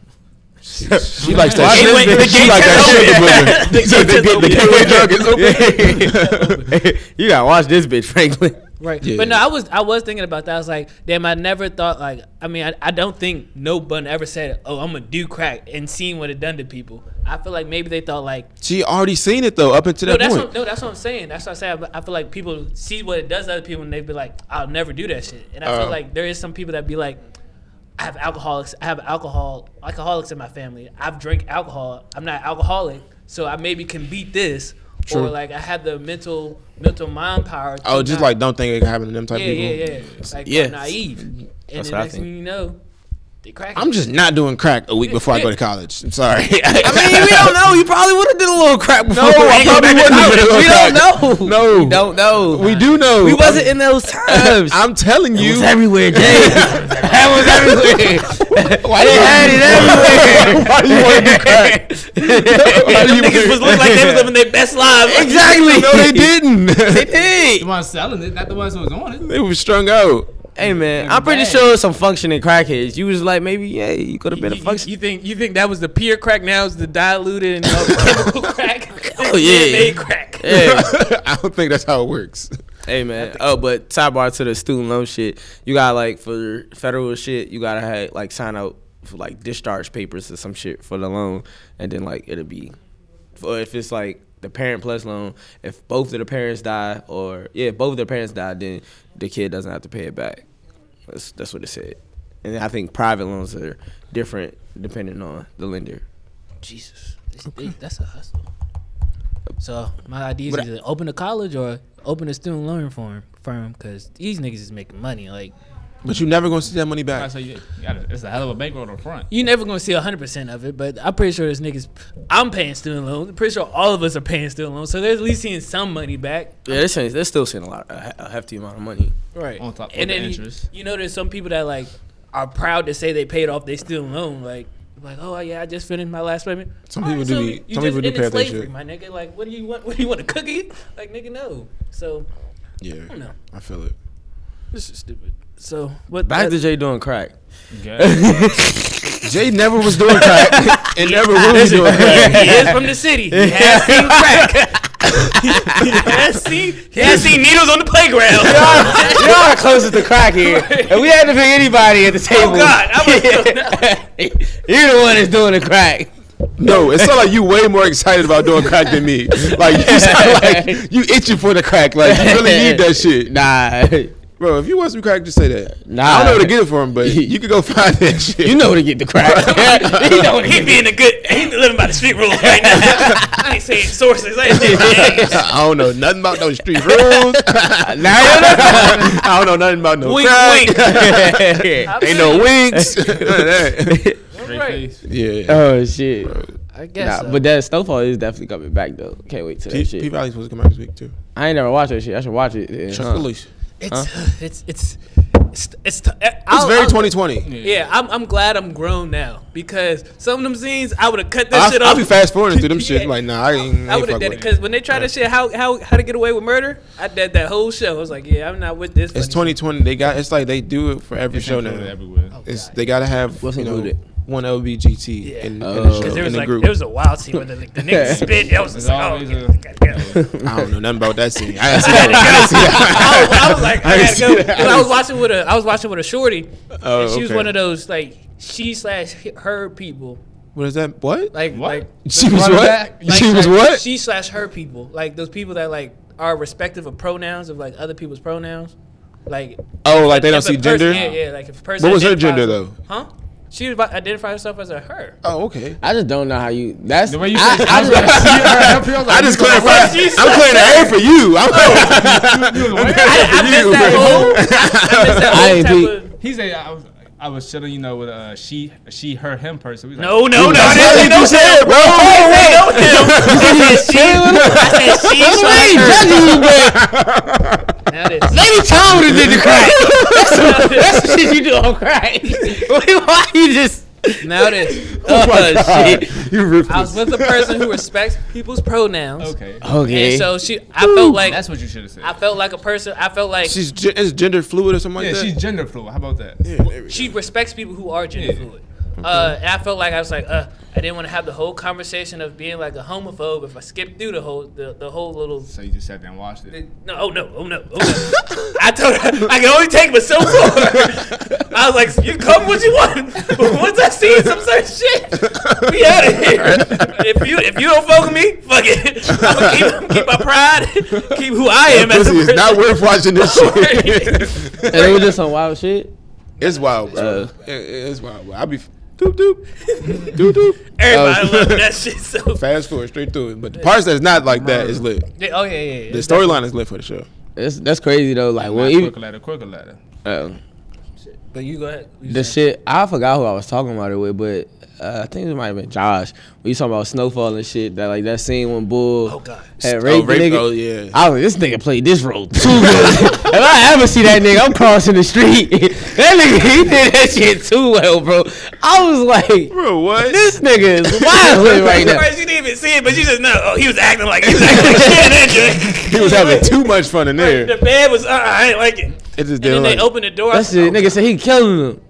Speaker 2: She likes
Speaker 1: Why
Speaker 2: that.
Speaker 1: is
Speaker 2: shit.
Speaker 1: this bitch-
Speaker 2: she like that
Speaker 1: The gate
Speaker 2: sugar So the
Speaker 1: just
Speaker 2: gate- the
Speaker 1: opened.
Speaker 2: gateway drug is open.
Speaker 1: you gotta watch this bitch, Franklin.
Speaker 5: right.
Speaker 2: Yeah.
Speaker 5: But no, I was I was thinking about that. I was like, damn, I never thought like I mean, I, I don't think no bun ever said, "Oh, I'm gonna do crack," and seen what it done to people. I feel like maybe they thought like,
Speaker 2: She already seen it though, up until
Speaker 5: no,
Speaker 2: that
Speaker 5: that's
Speaker 2: point.
Speaker 5: what, no, that's what I'm saying. That's what I say. I, I feel like people see what it does to other people, and they be like, "I'll never do that shit." And I feel
Speaker 2: Uh.
Speaker 5: like there is some people that be like, "I have alcoholics. I have alcohol alcoholics in my family. I've drank alcohol. I'm not alcoholic, so I maybe can beat this."
Speaker 2: True.
Speaker 5: Or like I have the mental mental mind power. to
Speaker 2: Oh, just
Speaker 5: not-
Speaker 2: like don't think it can happen to them type
Speaker 5: yeah,
Speaker 2: people.
Speaker 5: yeah, yeah. Like
Speaker 1: Yeah.
Speaker 5: I'm naive, and
Speaker 1: That's
Speaker 5: the
Speaker 1: what I
Speaker 5: next
Speaker 1: think.
Speaker 5: thing you know, they crack.
Speaker 2: I'm just not doing crack a week before I go to college. I'm
Speaker 1: I
Speaker 2: sorry.
Speaker 1: mean, we don't know. You probably would have did a little crack before.
Speaker 2: No, I
Speaker 1: you
Speaker 2: probably
Speaker 1: went
Speaker 2: wouldn't have
Speaker 1: to college.
Speaker 2: did a little
Speaker 1: We don't
Speaker 2: crack.
Speaker 1: know.
Speaker 2: No.
Speaker 1: we don't know.
Speaker 2: we do know.
Speaker 1: We wasn't in those times.
Speaker 2: I'm telling
Speaker 1: it
Speaker 2: you.
Speaker 1: was everywhere, Jay. that was everywhere.
Speaker 2: Why
Speaker 1: they had it everywhere.
Speaker 2: Why you want to do crack? Why do you
Speaker 5: niggas was looking like they was living their best lives.
Speaker 1: exactly.
Speaker 2: No, they didn't.
Speaker 1: They did.
Speaker 3: The ones selling it, not the ones who was on it.
Speaker 2: they were strung out.
Speaker 1: Hey man,
Speaker 3: in
Speaker 1: I'm
Speaker 3: the
Speaker 1: pretty
Speaker 3: bag.
Speaker 1: sure some functioning crackheads. You was like maybe yeah, you could have
Speaker 5: You,
Speaker 1: been a
Speaker 5: you-
Speaker 1: function.
Speaker 5: you think you think that was the pure crack? Now it's the diluted and uh, chemical crack.
Speaker 1: Oh, yeah.
Speaker 5: made crack.
Speaker 1: yeah.
Speaker 2: I don't think that's how it works.
Speaker 1: Hey man. Oh, but sidebar to the student loan shit. You got like for federal shit, you gotta have like sign out for like discharge papers or some shit for the loan, and then like it'll be, for if it's like the parent plus loan, if both of the parents die or yeah, if both of the parents die, then the kid doesn't have to pay it back. That's that's what it said. And I think private loans are different depending on the lender.
Speaker 5: Jesus, This- that's a hustle. So my idea is either open a college or open a student loan firm, firm, because these niggas is making money. Like
Speaker 2: But you never gonna see that money back.
Speaker 3: So you, you gotta, it's a hell of a bankroll up front.
Speaker 5: you never gonna see hundred percent of it, but I'm pretty sure this niggas. I'm paying student loans. I'm pretty sure all of us are paying student loans, so they're at least seeing some money back.
Speaker 1: Yeah, they're, saying, they're still seeing a lot, a he- a hefty amount of money.
Speaker 5: Right.
Speaker 3: On top of
Speaker 5: and
Speaker 3: the
Speaker 5: then you-
Speaker 3: interest.
Speaker 5: You, know, there's some people that like are proud to say they paid off their student loan. Like, like, oh yeah, I just finished my last payment.
Speaker 2: Some
Speaker 5: All
Speaker 2: people do be- some people do
Speaker 5: ended
Speaker 2: pay off their
Speaker 5: slavery,
Speaker 2: shit.
Speaker 5: My nigga, like, what do you want? What do you want a cookie? Like, nigga, no. So
Speaker 2: Yeah,
Speaker 5: know.
Speaker 2: I feel it.
Speaker 5: this is stupid. So what?
Speaker 1: Back
Speaker 5: that-
Speaker 1: to Jay doing crack.
Speaker 3: Okay.
Speaker 2: Jay never was doing crack, and never will be doing crack.
Speaker 5: he is from the city. He has seen crack. he has seen. He has seen needles on the playground.
Speaker 1: Y'all are closest to crack here. And we had to pick anybody at the table.
Speaker 5: Oh God, I was
Speaker 1: You're the one that's doing the crack.
Speaker 2: No, it sounds like you way more excited about doing crack than me. Like you sound like you itching for the crack. Like you really need that shit,
Speaker 1: Nah.
Speaker 2: bro. If you want some crack, just say that.
Speaker 1: Nah.
Speaker 2: I don't know where to get it from, but you could go find that shit.
Speaker 1: You know where to get the crack. you know where to
Speaker 5: he
Speaker 1: get
Speaker 5: being a good. He living by the street rules right now. I ain't saying sources. I ain't saying names.
Speaker 2: I don't know nothing about no street rules.
Speaker 1: the Now you
Speaker 2: I don't know nothing about no
Speaker 5: Wink,
Speaker 2: crack.
Speaker 1: know.
Speaker 2: Ain't no winks. None of that.
Speaker 3: Straight face.
Speaker 2: yeah.
Speaker 1: oh, shit.
Speaker 5: I guess. uh,
Speaker 1: Nah, but that Snowfall is definitely coming back, though. Can't wait to that
Speaker 2: P,
Speaker 1: shit.
Speaker 2: P Valley's supposed to come out this week too.
Speaker 1: I ain't never watched that shit. I should watch it. yeah,
Speaker 2: Chuck
Speaker 1: huh.
Speaker 2: the leash.
Speaker 5: It's, it's it's it's it's t- it's
Speaker 2: It's very 2020.
Speaker 5: Yeah, I'm, I'm glad I'm grown now because some of them scenes I would have cut that
Speaker 2: I,
Speaker 5: shit
Speaker 2: I'll
Speaker 5: off.
Speaker 2: be fast forwarding through them shit.
Speaker 5: Yeah.
Speaker 2: Like nah, I ain't, I
Speaker 5: I
Speaker 2: ain't
Speaker 5: would
Speaker 2: fuck
Speaker 5: have
Speaker 2: with
Speaker 5: did it
Speaker 2: it.
Speaker 5: because when they tried that shit, how how how to get away with murder? I did that whole show. I was like, yeah, I'm not with this.
Speaker 2: It's
Speaker 5: funny
Speaker 2: 2020. They got. It's like they do it for every
Speaker 3: It's
Speaker 2: show now.
Speaker 3: included everywhere.
Speaker 1: Oh,
Speaker 2: It's they gotta have
Speaker 1: What's
Speaker 2: you know
Speaker 1: included?
Speaker 2: one LBGT
Speaker 5: Yeah.
Speaker 2: in, in
Speaker 1: Oh.
Speaker 2: the show,
Speaker 1: 'Cause
Speaker 5: Because there
Speaker 2: in
Speaker 5: was
Speaker 2: the
Speaker 5: like
Speaker 2: group.
Speaker 5: there was a wild scene where the, the nigga spit. I was just
Speaker 3: There's
Speaker 5: like, oh,
Speaker 3: always
Speaker 5: yeah,
Speaker 3: a-
Speaker 5: goddamn.
Speaker 2: I don't know nothing about that scene. I gotta see that.
Speaker 5: I, was, I was like, I,
Speaker 2: I
Speaker 5: gotta
Speaker 2: see
Speaker 5: go.
Speaker 2: that.
Speaker 5: 'Cause I was watching with a I was watching with a shorty,
Speaker 2: Oh,
Speaker 5: and she was
Speaker 2: okay.
Speaker 5: one of those like she slash her people,
Speaker 2: What is that? What?
Speaker 5: like
Speaker 3: What?
Speaker 5: like
Speaker 2: she was
Speaker 3: Run
Speaker 2: what?
Speaker 3: back.
Speaker 5: Like,
Speaker 2: she was
Speaker 5: like,
Speaker 2: what?
Speaker 5: She slash her people, like those people that like are respective of pronouns of like other people's pronouns, like
Speaker 2: oh, like they don't
Speaker 5: if a
Speaker 2: see
Speaker 5: person-
Speaker 2: gender.
Speaker 5: Yeah, yeah. Like if a person.
Speaker 2: What was her
Speaker 5: identifies-
Speaker 2: gender though?
Speaker 5: Huh? She was about to identify herself as a her.
Speaker 2: Oh, okay.
Speaker 1: I just don't know how you. That's
Speaker 3: The way you
Speaker 1: I,
Speaker 3: said
Speaker 1: I,
Speaker 3: I, was like,
Speaker 2: I just
Speaker 3: clarified.
Speaker 2: clarified.
Speaker 5: Jesus.
Speaker 2: I'm clearing the air for you. I'm I'm
Speaker 3: aware?
Speaker 2: clearing
Speaker 5: I
Speaker 2: it for
Speaker 5: missed that
Speaker 2: bro.
Speaker 5: whole. I missed that
Speaker 1: I
Speaker 5: whole
Speaker 1: ain't
Speaker 5: type of.
Speaker 3: He said I was I was chilling, you know, with a she she her him person. We was
Speaker 5: No, no, no.
Speaker 2: That's
Speaker 5: I didn't
Speaker 2: what you said, bro.
Speaker 5: say no to him. I said she. I said she slash
Speaker 1: ain't
Speaker 5: her.
Speaker 1: judging you, but
Speaker 5: Now this.
Speaker 1: Lady Tom would have did the crack. That's, that's the shit you do on crack. Wait, why you just?
Speaker 5: Now this.
Speaker 1: Oh,
Speaker 2: God.
Speaker 1: shit.
Speaker 2: You
Speaker 5: I
Speaker 2: ruthless.
Speaker 5: was with a person who respects people's pronouns.
Speaker 3: Okay.
Speaker 1: Okay.
Speaker 5: And so she, I felt like
Speaker 3: That's what you should have said.
Speaker 5: I felt like a person. I felt like
Speaker 2: She's ge- it's gender fluid or something
Speaker 3: yeah,
Speaker 2: like
Speaker 3: she's
Speaker 2: that.
Speaker 3: gender fluid. How about that?
Speaker 2: Yeah, there we go.
Speaker 5: she respects people who are gender
Speaker 3: Yeah.
Speaker 5: fluid. Uh, and I felt like I was like, uh, I didn't want to have the whole conversation of being like a homophobe if I skipped through the whole the, the whole little.
Speaker 3: So you just sat there and watched it.
Speaker 5: No, oh no, oh no, oh no. I told her I can only take but so far. I was like, you come what you want. But once I see some certain shit, we out of here. If you if you don't fuck with me, fuck it. I'm gonna keep, keep my pride, keep who I am as a
Speaker 2: Pussy is
Speaker 5: person.
Speaker 2: not worth watching this shit.
Speaker 5: Right.
Speaker 1: And it was just some wild shit.
Speaker 2: It's wild, bro.
Speaker 1: Uh,
Speaker 2: It- it- it's wild. Bro. I be f- doop doop doop doop.
Speaker 5: Everybody
Speaker 2: Uh,
Speaker 5: loved that shit so.
Speaker 2: Fast forward straight through it, but the parts that's not like that is lit.
Speaker 5: Yeah, oh yeah, yeah, yeah.
Speaker 2: The storyline is lit for the show.
Speaker 1: That's that's crazy though. Like
Speaker 3: Well,
Speaker 1: when even
Speaker 3: quick letter, quick letter.
Speaker 1: uh,
Speaker 5: But you go ahead. You
Speaker 1: the
Speaker 5: say.
Speaker 1: shit, I forgot who I was talking about it with, but uh, I think it might have been Josh. We was talking about snowfall and shit. That like that scene when Bull
Speaker 5: Oh, God.
Speaker 1: had raped,
Speaker 2: rape-
Speaker 1: the nigga.
Speaker 2: oh, yeah.
Speaker 1: I was like, this nigga played this role too good. if I ever see that nigga, I'm crossing the street. that nigga, he did that shit too well, bro. I was like,
Speaker 2: Bro, what?
Speaker 1: this nigga is wilding right now.
Speaker 5: Surprised you didn't even see it, but you just know. Oh, he was acting like he was acting like shit. that
Speaker 2: he was having too much fun in
Speaker 5: shit. The
Speaker 2: there.
Speaker 5: bed was. Uh, I ain't like it. And
Speaker 2: It just didn't.
Speaker 5: then they
Speaker 2: Like,
Speaker 5: opened the door.
Speaker 1: That shit, nigga said he killing him,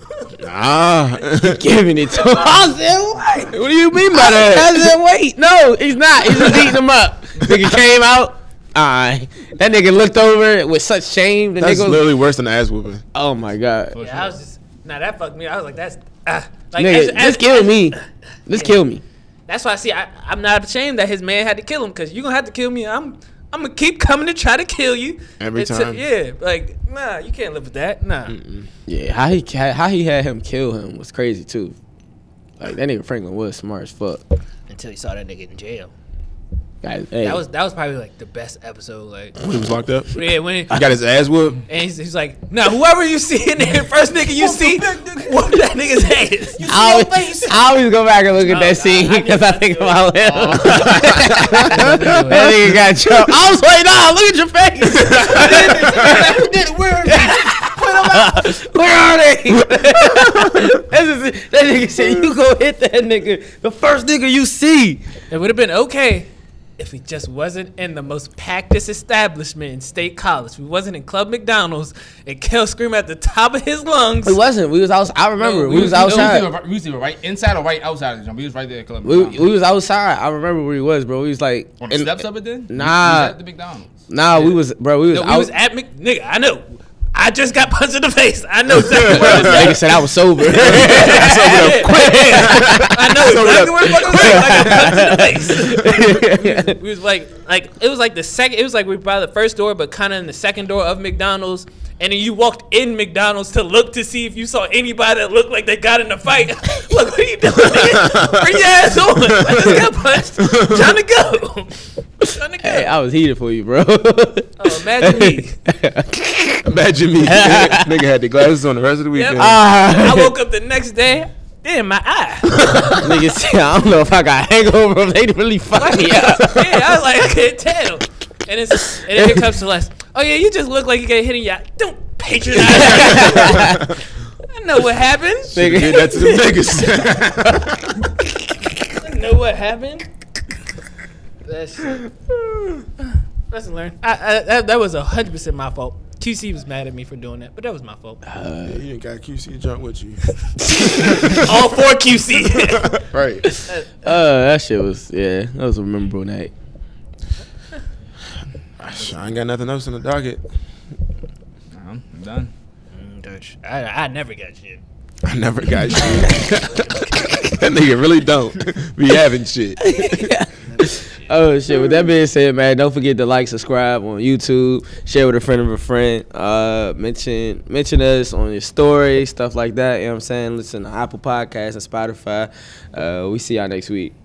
Speaker 2: ah,
Speaker 1: giving it to him. I said, what?
Speaker 2: what do you mean by
Speaker 1: I
Speaker 2: that?
Speaker 1: said, wait, no, he's not. He's just eating him up. Nigga came out. Aye. That nigga looked over with such shame. The
Speaker 2: That's
Speaker 1: nigga was,
Speaker 2: literally worse than the ass whooping.
Speaker 1: oh my god.
Speaker 5: Yeah, I was just. Nah, that fucked me. I was like, that's. Uh, like,
Speaker 1: Nigga,
Speaker 5: as-
Speaker 1: just
Speaker 5: as-
Speaker 1: kill me. Just kill me.
Speaker 5: That's why I see. I, I'm not ashamed that his man had to kill him because you're gonna have to kill me. I'm. I'm gonna keep coming to try to kill you.
Speaker 2: Every
Speaker 5: Until-
Speaker 2: time.
Speaker 5: yeah, like nah, you can't live with that. Nah.
Speaker 1: Yeah, how he ca- how he had him kill him was crazy too. Like that nigga Franklin was smart as fuck.
Speaker 5: Until he saw that nigga in jail.
Speaker 1: Guys, hey,
Speaker 5: That was that was probably like the best episode. Like
Speaker 2: When he was locked up, he
Speaker 5: yeah, when
Speaker 2: got his ass whooped.
Speaker 5: and he's, he's like, nah, whoever you see in there, first nigga you see, whoop that nigga's ass.
Speaker 1: I always, I always go back and look at that scene
Speaker 5: I
Speaker 1: because I,
Speaker 5: get- I
Speaker 1: think
Speaker 5: feel
Speaker 1: about him.
Speaker 5: Oh.
Speaker 1: that nigga got jumped. I was like, nah, look at your face. Where are they? That's just- that nigga said, you go hit that nigga. The first nigga you see.
Speaker 5: It would have been okay if we just wasn't in the most practice establishment in State College. We wasn't in Club McDonald's and Kel scream at the top of his lungs.
Speaker 1: It wasn't. We was outside. I remember. we, was outside.
Speaker 3: We was, either- we was either right inside or right outside of the jump. We was right there. Columbus.
Speaker 1: we, we was outside. I remember where he was, bro. We was like
Speaker 3: on the
Speaker 1: in-
Speaker 3: steps of it then. We-
Speaker 1: Nah.
Speaker 3: we was at the McDonald's.
Speaker 1: Nah, we was bro. We was
Speaker 5: No, we
Speaker 1: out.
Speaker 5: was at Mc nigga. I know. I just got punched in the face. I know exactly where it was at.
Speaker 1: nigga said I was sober.
Speaker 5: I know
Speaker 2: Sobered up.
Speaker 5: exactly where the fuck I was at. Like I punched in the face. we was like like it was like the second it was like we were by the first door but kind of in the second door of mcdonald's and then you walked in mcdonald's to look to see if you saw anybody that looked like they got in a fight look what are you doing nigga? bring your ass on i just got punched trying to go trying to go
Speaker 1: hey, I was heated for you, bro.
Speaker 5: oh imagine me
Speaker 2: Imagine me. nigga had the glasses on the rest of the weekend.
Speaker 5: Yeah. i
Speaker 1: Ah,
Speaker 5: woke up the next day in my eye
Speaker 1: nigga said, I don't know if I got hangover. If they really fucked me
Speaker 5: yeah.
Speaker 1: up.
Speaker 5: I was like, I can't tell. And it's and then here comes Celeste. Oh yeah, you just look like you get hit in your. Don't patronize.
Speaker 1: Ah.
Speaker 5: her. I know what happened.
Speaker 2: Nigga did that to the niggas.
Speaker 5: I know what happened. That shit. Lesson learned. I, I, that, that was hundred percent my fault. QC was mad at me for doing that, but that was my fault.
Speaker 2: you ain't got QC drunk with you.
Speaker 5: All for QC.
Speaker 2: Right.
Speaker 1: Uh, that shit was yeah. That was a memorable night.
Speaker 2: I ain't got nothing else on the docket.
Speaker 3: I'm done.
Speaker 5: I, I never got shit.
Speaker 2: I never got shit. that nigga really don't be having shit.
Speaker 1: Oh shit! With that being said, man, don't forget to like, subscribe on YouTube, share with a friend of a friend, uh, mention mention us on your story, stuff like that. You know what I'm saying? Listen to Apple Podcasts and Spotify. Uh, we see y'all next week.